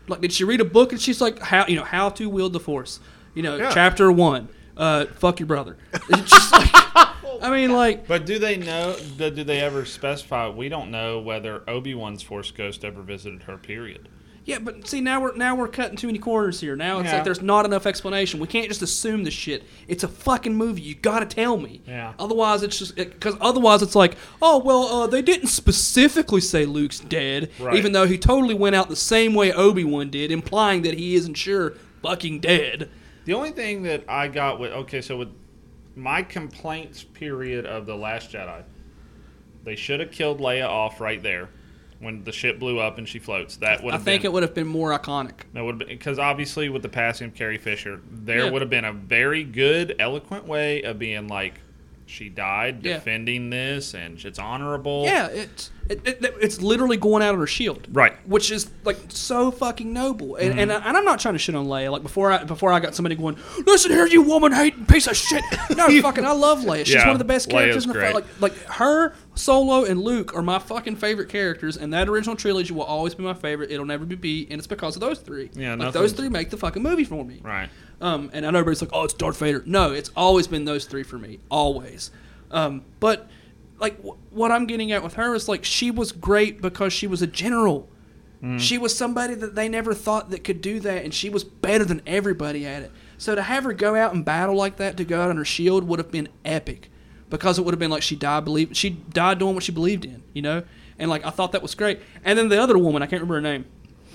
Like, did she read a book and she's like, how you know how to wield the force? You know, chapter one. Uh, fuck your brother. It's just like, I mean, like,
But do they know? Do do they ever specify? We don't know whether Obi Wan's Force Ghost ever visited her. Period.
Yeah, but see now we're now we're cutting too many corners here. Now it's
Yeah.
like there's not enough explanation. We can't just assume this shit. It's a fucking movie. You gotta tell me.
Yeah.
Otherwise it's just because otherwise it's like oh well uh, they didn't specifically say Luke's dead,
Right.
even though he totally went out the same way Obi Wan did, implying that he isn't sure fucking dead.
The only thing that I got with okay, so with my complaints period of the Last Jedi, they should have killed Leia off right there when the ship blew up and she floats. That would
I
have
think
been,
it would have been more iconic.
That would because obviously with the passing of Carrie Fisher, there
Yeah.
would have been a very good, eloquent way of being like, she died
Yeah.
defending this and it's honorable.
Yeah, it's it, it, it's literally going out on her shield,
Right. Mm-hmm.
Which is like so fucking noble, and and, uh, and I'm not trying to shit on Leia. Like before, I before I got somebody going, "Listen here, you woman hating piece of shit." No, fucking, I love Leia. She's
Yeah,
one of the best characters
Leia's
in the fa-
great.
like like her Solo and Luke are my fucking favorite characters, and that original trilogy will always be my favorite. It'll never be beat, and it's because of those three.
Yeah,
like
nothing-
those three make the fucking movie for me.
Right.
Um, and I know everybody's like, "Oh, it's Darth Vader." No, it's always been those three for me, always. Um, but like, w- what I'm getting at with her is like, she was great because she was a general. She was somebody that they never thought that could do that, and she was better than everybody at it. So to have her go out and battle like that, to go out on her shield, would have been epic, because it would have been like she died believe she died doing what she believed in, you know. And like, I thought that was great. And then the other woman, I can't remember her name.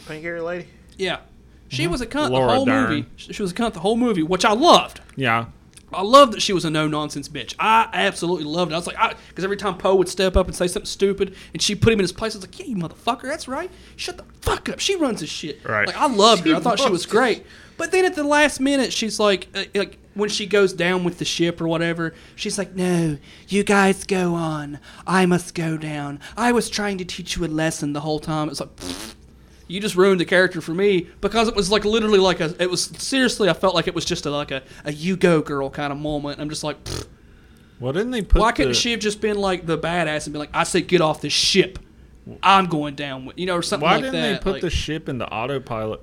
Pink hair lady.
Yeah. She was a cunt the
Mm-hmm. Laura
whole
Dern.
movie. She she was a cunt the whole movie, which I loved.
Yeah.
I loved that she was a no nonsense bitch. I absolutely loved it. I was like, because every time Poe would step up and say something stupid, and she put him in his place, I was like, yeah, you motherfucker, that's right. Shut the fuck up. She runs this shit.
Right.
Like I loved her. I thought she was great. But then at the last minute, she's like, uh, like when she goes down with the ship or whatever, she's like, no, you guys go on. I must go down. I was trying to teach you a lesson the whole time. It's like. you just ruined the character for me because it was like literally like a it was seriously I felt like it was just a like a, a you go girl kind of moment. I'm just like pfft,
Well, didn't they put?
why couldn't she have just been like the badass and been like I say get off this ship. I'm going down with you know or something
Why
like
didn't
that.
they put
like,
the ship into autopilot?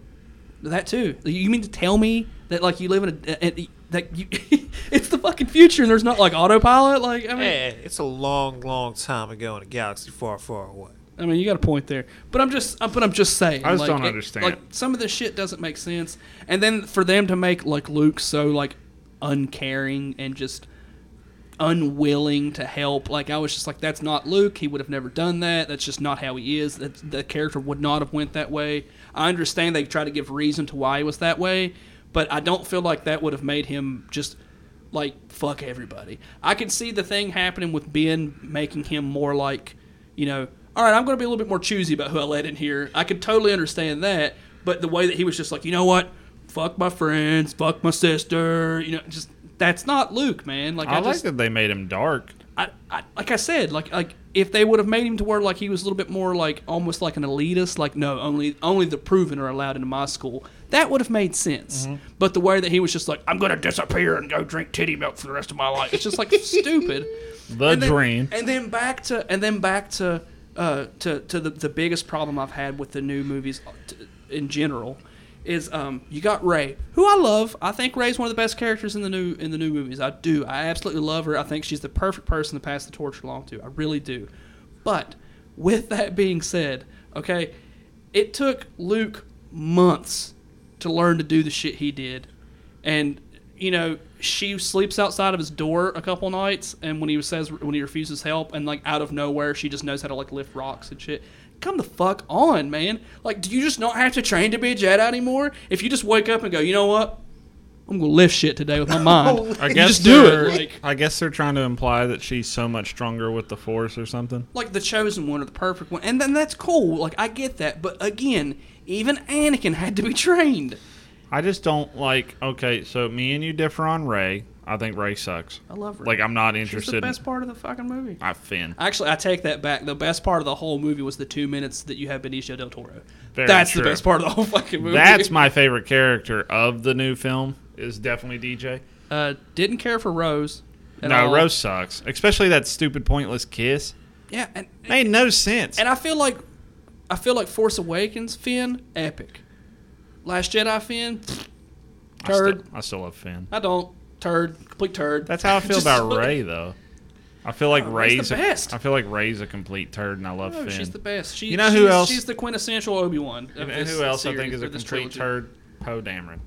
that too. You mean to tell me that like you live in a, a, a- that you it's the fucking future and there's not like autopilot like I mean
Hey, it's a long, long time ago in a galaxy far, far away.
I mean, you got a point there, but I'm just, I'm, but I'm just saying.
I just
like,
don't
it-
understand.
like some of this shit doesn't make sense, and then for them to make like Luke so like uncaring and just unwilling to help, like I was just like, that's not Luke. He would have never done that. That's just not how he is. That the character would not have went that way. I understand they try to give reason to why he was that way, but I don't feel like that would have made him just like fuck everybody. I can see the thing happening with Ben making him more like, you know, all right, I'm going to be a little bit more choosy about who I let in here. I could totally understand that, but the way that he was just like, you know what, fuck my friends, fuck my sister, you know, just that's not Luke, man. Like I,
I like
just,
that they made him dark.
I, I like I said, like like if they would have made him to where like he was a little bit more like almost like an elitist, like no, only only the proven are allowed into my school, that would have made sense. But the way that he was just like, I'm gonna disappear and go drink titty milk for the rest of my life, it's just like stupid.
The
and then,
dream.
And then back to and then back to uh, to to the, the biggest problem I've had with the new movies uh, t- in general is um, you got Ray, who I love. I think Ray's one of the best characters in the new in the new movies. I do. I absolutely love her. I think she's the perfect person to pass the torch along to. I really do. But with that being said, okay, it took Luke months to learn to do the shit he did. And you know, she sleeps outside of his door a couple nights, and when he says when he refuses help, and like out of nowhere, she just knows how to like lift rocks and shit. Come the fuck on, man! Like, do you just not have to train to be a Jedi anymore? If you just wake up and go, you know what? I'm gonna lift shit today with my mind.
I
You
guess
just do
they're-
it. Like,
I guess they're trying to imply that she's so much stronger with the force or something.
like the chosen one or the perfect one, and then that's cool. Like, I get that, but again, even Anakin had to be trained.
I just don't like. Okay, so me and you differ on Ray. I think Ray sucks.
I love her.
Like I'm not
She's
interested.
the best part of the fucking movie.
I Finn.
Actually, I take that back. The best part of the whole movie was the two minutes that you have Benicio del Toro.
Very
That's
true.
the best part of the whole fucking movie.
That's my favorite character of the new film. Is definitely DJ.
uh, didn't care for Rose. at
no,
all.
Rose sucks. Especially that stupid pointless kiss.
Yeah, and
Made no sense.
and I feel like I feel like Force Awakens Finn epic. Last Jedi Finn
I still-
turd.
I still, love Finn.
I don't turd complete turd.
That's how I feel
Just
about
look-
Ray though. I feel like
Rey's the
Ray's.
best.
A, I feel like Ray's a complete turd, and I love
No,
Finn.
Oh, she's the best. She,
You know who
she's-
else-
She's the quintessential Obi Wan.
And, and who else I think is a complete turd? Poe Dameron.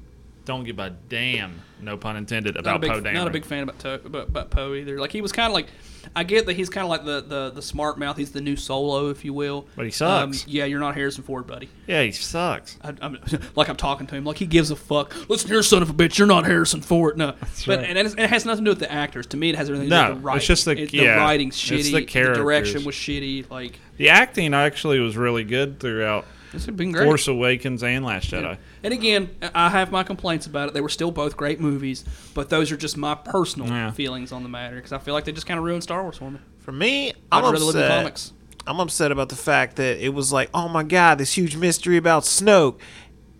Don't give a damn, no pun intended,
not a
about
big,
Poe Dameron.
not a big fan about, to- about, about Poe either. Like he was kind of like, I get that he's kind of like the, the the smart mouth. He's the new Solo, if you will.
But he sucks.
Um, yeah, you're not Harrison Ford, buddy.
Yeah, he sucks.
I, I'm, like I'm talking to him, like he gives a fuck. Listen here, son of a bitch, you're not Harrison Ford. No, but
right.
and it, it has nothing to do with the actors. To me, it has everything to do
No,
with the writing.
it's just the-
It-
yeah,
the writing's
it's
shitty.
the characters.
direction was shitty. Like
The acting actually was really good throughout
it's been great.
Force Awakens and Last Jedi.
And again, I have my complaints about it. They were still both great movies, but those are just my personal
Yeah.
feelings on the matter because I feel like they just kind of ruined Star Wars for me.
For me,
I'd
I'm
rather live in
upset.
comics.
I'm upset about the fact that it was like, oh my god, this huge mystery about Snoke,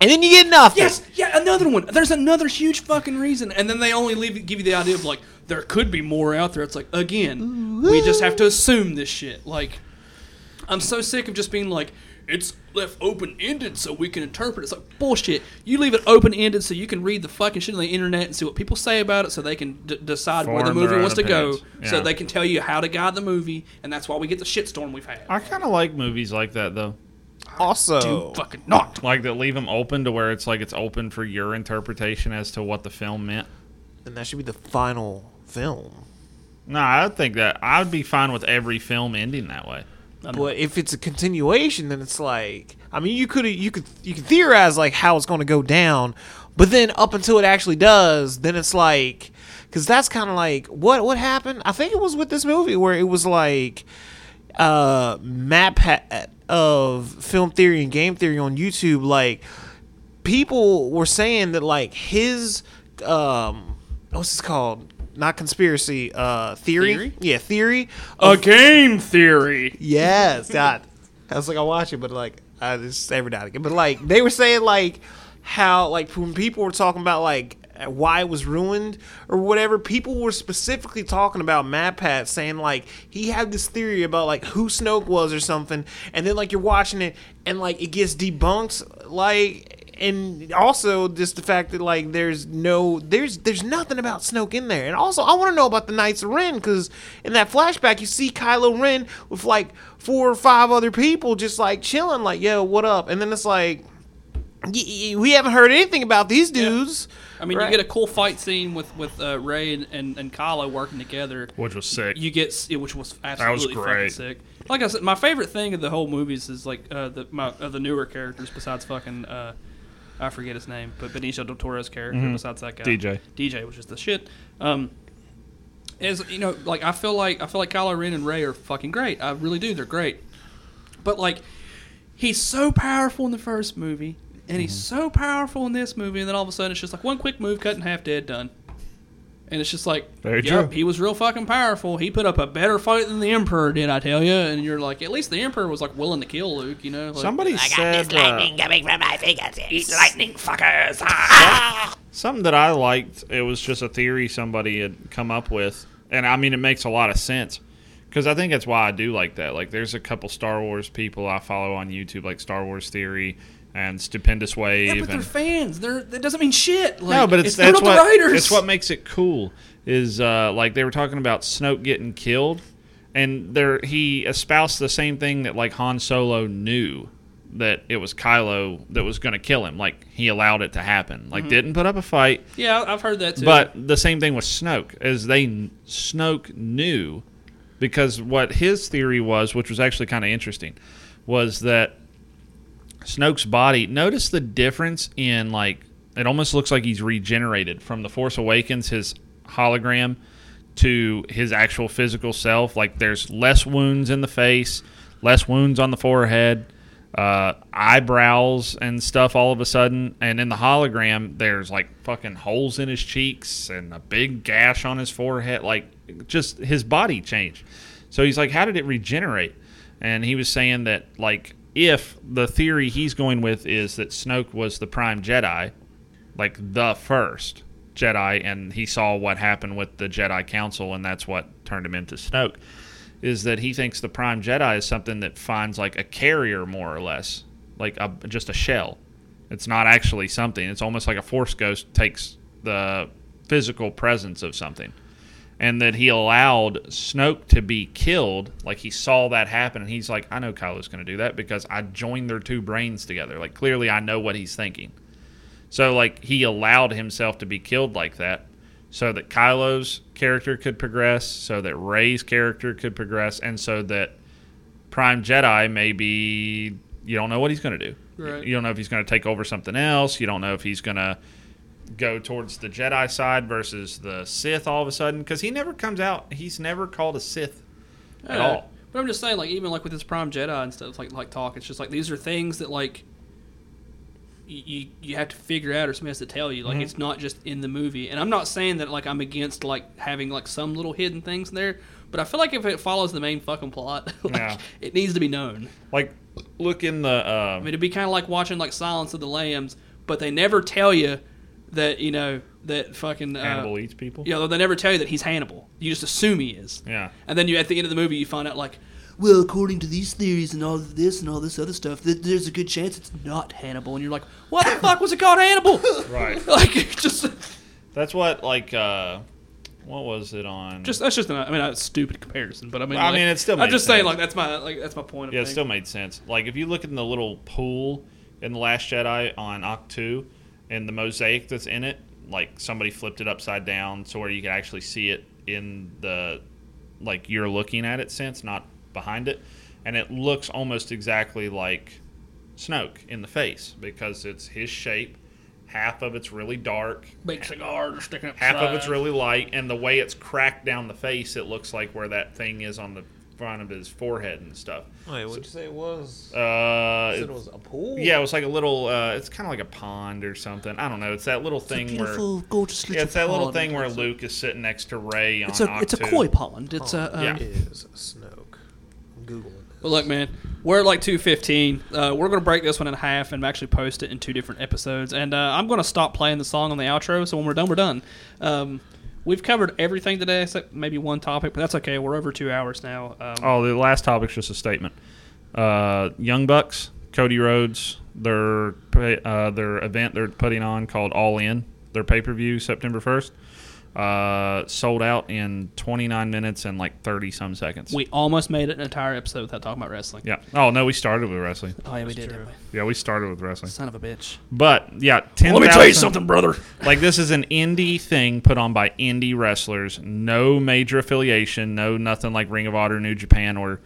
and then you get nothing.
Yes, yeah, another one. There's another huge fucking reason, and then they only leave, give you the idea of like there could be more out there. It's like again, we just have to assume this shit. Like, I'm so sick of just being like it's left open ended so we can interpret. it. It's like bullshit. You leave it open ended so you can read the fucking shit on the internet and see what people say about it, so they can d- decide where the
Form their
movie
own
wants to go,
opinions.
so
Yeah.
they can tell you how to guide the movie, and that's why we get the shitstorm we've had.
I kind of like movies like that though, Oh.
Also,
fucking not.
like that leave them open to where it's like it's open for your interpretation as to what the film meant.
then that should be the final film.
No, I think that I'd be fine with every film ending that way.
But if it's a continuation, then it's like, I mean, you could you could you could theorize like how it's going to go down, but then up until it actually does, then it's like, because that's kind of like what what happened. I think it was with this movie where it was like, uh, map ha- of film theory and game theory on YouTube, like people were saying that like his um what's this called not conspiracy uh theory, yeah theory of-
game theory.
Yes, God. I was like, I watch it, but like, I just every now and again. But like, they were saying like how like when people were talking about like why it was ruined or whatever, people were specifically talking about Mad Pat saying like he had this theory about like who Snoke was or something, and then like you're watching it and like it gets debunked like. And also just the fact that like there's no there's there's nothing about Snoke in there, and also I want to know about the Knights of Ren because in that flashback you see Kylo Ren with like four or five other people just like chilling, like yo, what up? And then it's like y- y- we haven't heard anything about these dudes.
I mean,
Right.
you get a cool fight scene with with uh, Ray and, and and Kylo working together.
Which was sick.
You get s- which was absolutely fucking
great.
sick. Like I said, my favorite thing of the whole movies is like uh, the my of the newer characters besides fucking uh, I forget his name, but Benicio del Toro's character besides that guy
DJ.
DJ was just the shit. Um, is you know like I feel like I feel like Kylo Ren and Ray are fucking great. I really do. They're great. But like he's so powerful in the first movie,
Mm-hmm.
and he's so powerful in this movie, and then all of a sudden it's just like one quick move, cut in half, dead, done. And it's just like,
Very
yup,
true.
he was real fucking powerful. He put up a better fight than the Emperor did, I tell you. And you're like, at least the Emperor was like willing to kill Luke, you know? Like,
Somebody said uh,
coming from my fingers. It's lightning, fuckers. Ah.
something that I liked. It was just a theory somebody had come up with, and I mean, it makes a lot of sense because I think that's why I do like that. Like, there's a couple Star Wars people I follow on YouTube, like Star Wars Theory and Stupendous Wave.
yeah, but they're
and,
fans. They're, that doesn't mean shit. Like,
no, but it's,
it's
that's
not
what
the writers.
it's what makes it cool is uh, like they were talking about Snoke getting killed, and there he espoused the same thing that like Han Solo knew that it was Kylo that was going to kill him. Like he allowed it to happen.
Mm-hmm.
Like didn't put up a fight,
yeah, I've heard that too.
but the same thing with Snoke as they kn- Snoke knew because what his theory was, which was actually kind of interesting, was that Snoke's body. Notice the difference in like it almost looks like he's regenerated from the Force Awakens, his hologram to his actual physical self. Like there's less wounds in the face, less wounds on the forehead, uh, eyebrows and stuff. All of a sudden, and in the hologram, there's like fucking holes in his cheeks and a big gash on his forehead. Like just his body changed. So he's like, how did it regenerate? And he was saying that like if the theory he's going with is that Snoke was the prime Jedi, like the first Jedi, and he saw what happened with the Jedi Council, and that's what turned him into Snoke. Is that he thinks the Prime Jedi is something that finds like a carrier, more or less, like a, just a shell. It's not actually something. It's almost like a Force ghost takes the physical presence of something, and that he allowed Snoke to be killed. Like he saw that happen, and he's like, "I know Kylo's going to do that because I joined their two brains together. Like clearly, I know what he's thinking." So like he allowed himself to be killed like that, so that Kylo's character could progress, so that Ray's character could progress, and so that Prime Jedi maybe you don't know what he's going to do.
Right.
You don't know if he's going to take over something else. You don't know if he's going to go towards the Jedi side versus the Sith all of a sudden because he never comes out. He's never called a Sith at
Yeah.
all.
But I'm just saying, like even like with this Prime Jedi and stuff, like like talk, it's just like these are things that like y- you you have to figure out or somebody has to tell you. Like
Mm-hmm.
it's not just in the movie. And I'm not saying that like I'm against like having like some little hidden things there, but I feel like if it follows the main fucking plot, like
Yeah.
it needs to be known.
Like look in the uh,
I mean, it'd be kind of like watching like Silence of the Lambs, but they never tell you that you know that fucking uh,
Hannibal eats people.
you know, they never tell you that he's Hannibal. You just assume he is.
Yeah.
And then you at the end of the movie, you find out like,
Well, according to these theories and all of this and all this other stuff, th- there's a good chance it's not Hannibal.
and you're like, what the fuck was it called Hannibal?
Right.
like, it's just,
That's what like uh, what was it on?
just that's just an, I mean, a stupid comparison, but I mean,
Well, I
like,
mean, it still
I'm
made
just saying,
sense.
like, that's my like that's my point. Of
Yeah, it
thing.
still made sense. Like if you look in the little pool in the Last Jedi on Octu, and the mosaic that's in it, like somebody flipped it upside down so where you can actually see it in the like you're looking at it sense, not behind it, and it looks almost exactly like Snoke in the face because it's his shape. Half of it's really dark,
big cigar just sticking up.
half of it's really light, and the way it's cracked down the face, it looks like where that thing is on the front of his forehead and stuff.
Wait, what'd you say it was?
Uh,
You said
it-
it was a pool?
yeah, it was like a little. Uh, it's kind of like a pond or something. I don't know. It's that little thing where.
Beautiful, gorgeous little
Yeah, it's that little
pond.
thing where Luke is sitting next to Ray on
It's a, it's a
Octu.
koi pond. It's a. Um,
Yeah.
Is Snoke. I'm Googling this.
But look, man, we're at like 215. Uh, we're gonna break this one in half and actually post it in two different episodes. And uh, I'm gonna stop playing the song on the outro. So when we're done, we're done. Um, we've covered everything today except maybe one topic, but that's okay. We're over two hours now. Um,
Oh, the last topic's just a statement. Uh, Young Bucks, Cody Rhodes, their pa- uh, their event they're putting on called All In, their pay per view September first, uh, sold out in 29 minutes and like 30 some seconds.
We almost made it an entire episode without talking about wrestling.
yeah. Oh no, we started with wrestling.
Oh yeah, we did, didn't we?
Yeah, we started with wrestling.
Son of a bitch.
But yeah, ten.
Let me tell you something, brother.
Like this is an indie thing put on by indie wrestlers. No major affiliation. No nothing like Ring of Honor, New Japan, or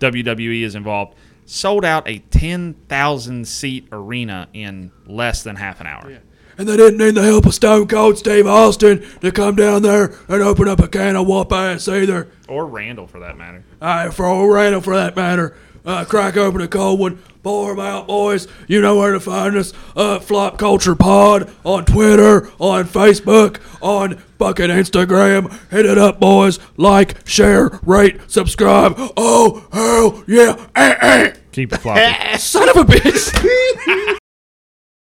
WWE is involved. Sold out a ten thousand seat arena in less than half an hour.
And they didn't need the help of Stone Cold Steve Austin to come down there and open up a can of whoop ass either. Uh,
Or Randall for that matter.
I for old Randall for that matter.
Uh, crack open a cold one. Pour 'em out, boys. You know where to find us. Uh, Flop Culture Pod on Twitter, on Facebook, on fucking Instagram. Hit it up, boys. Like, share, rate, subscribe. Oh, hell yeah. Eh, eh.
Keep it floppy.
Son of a bitch.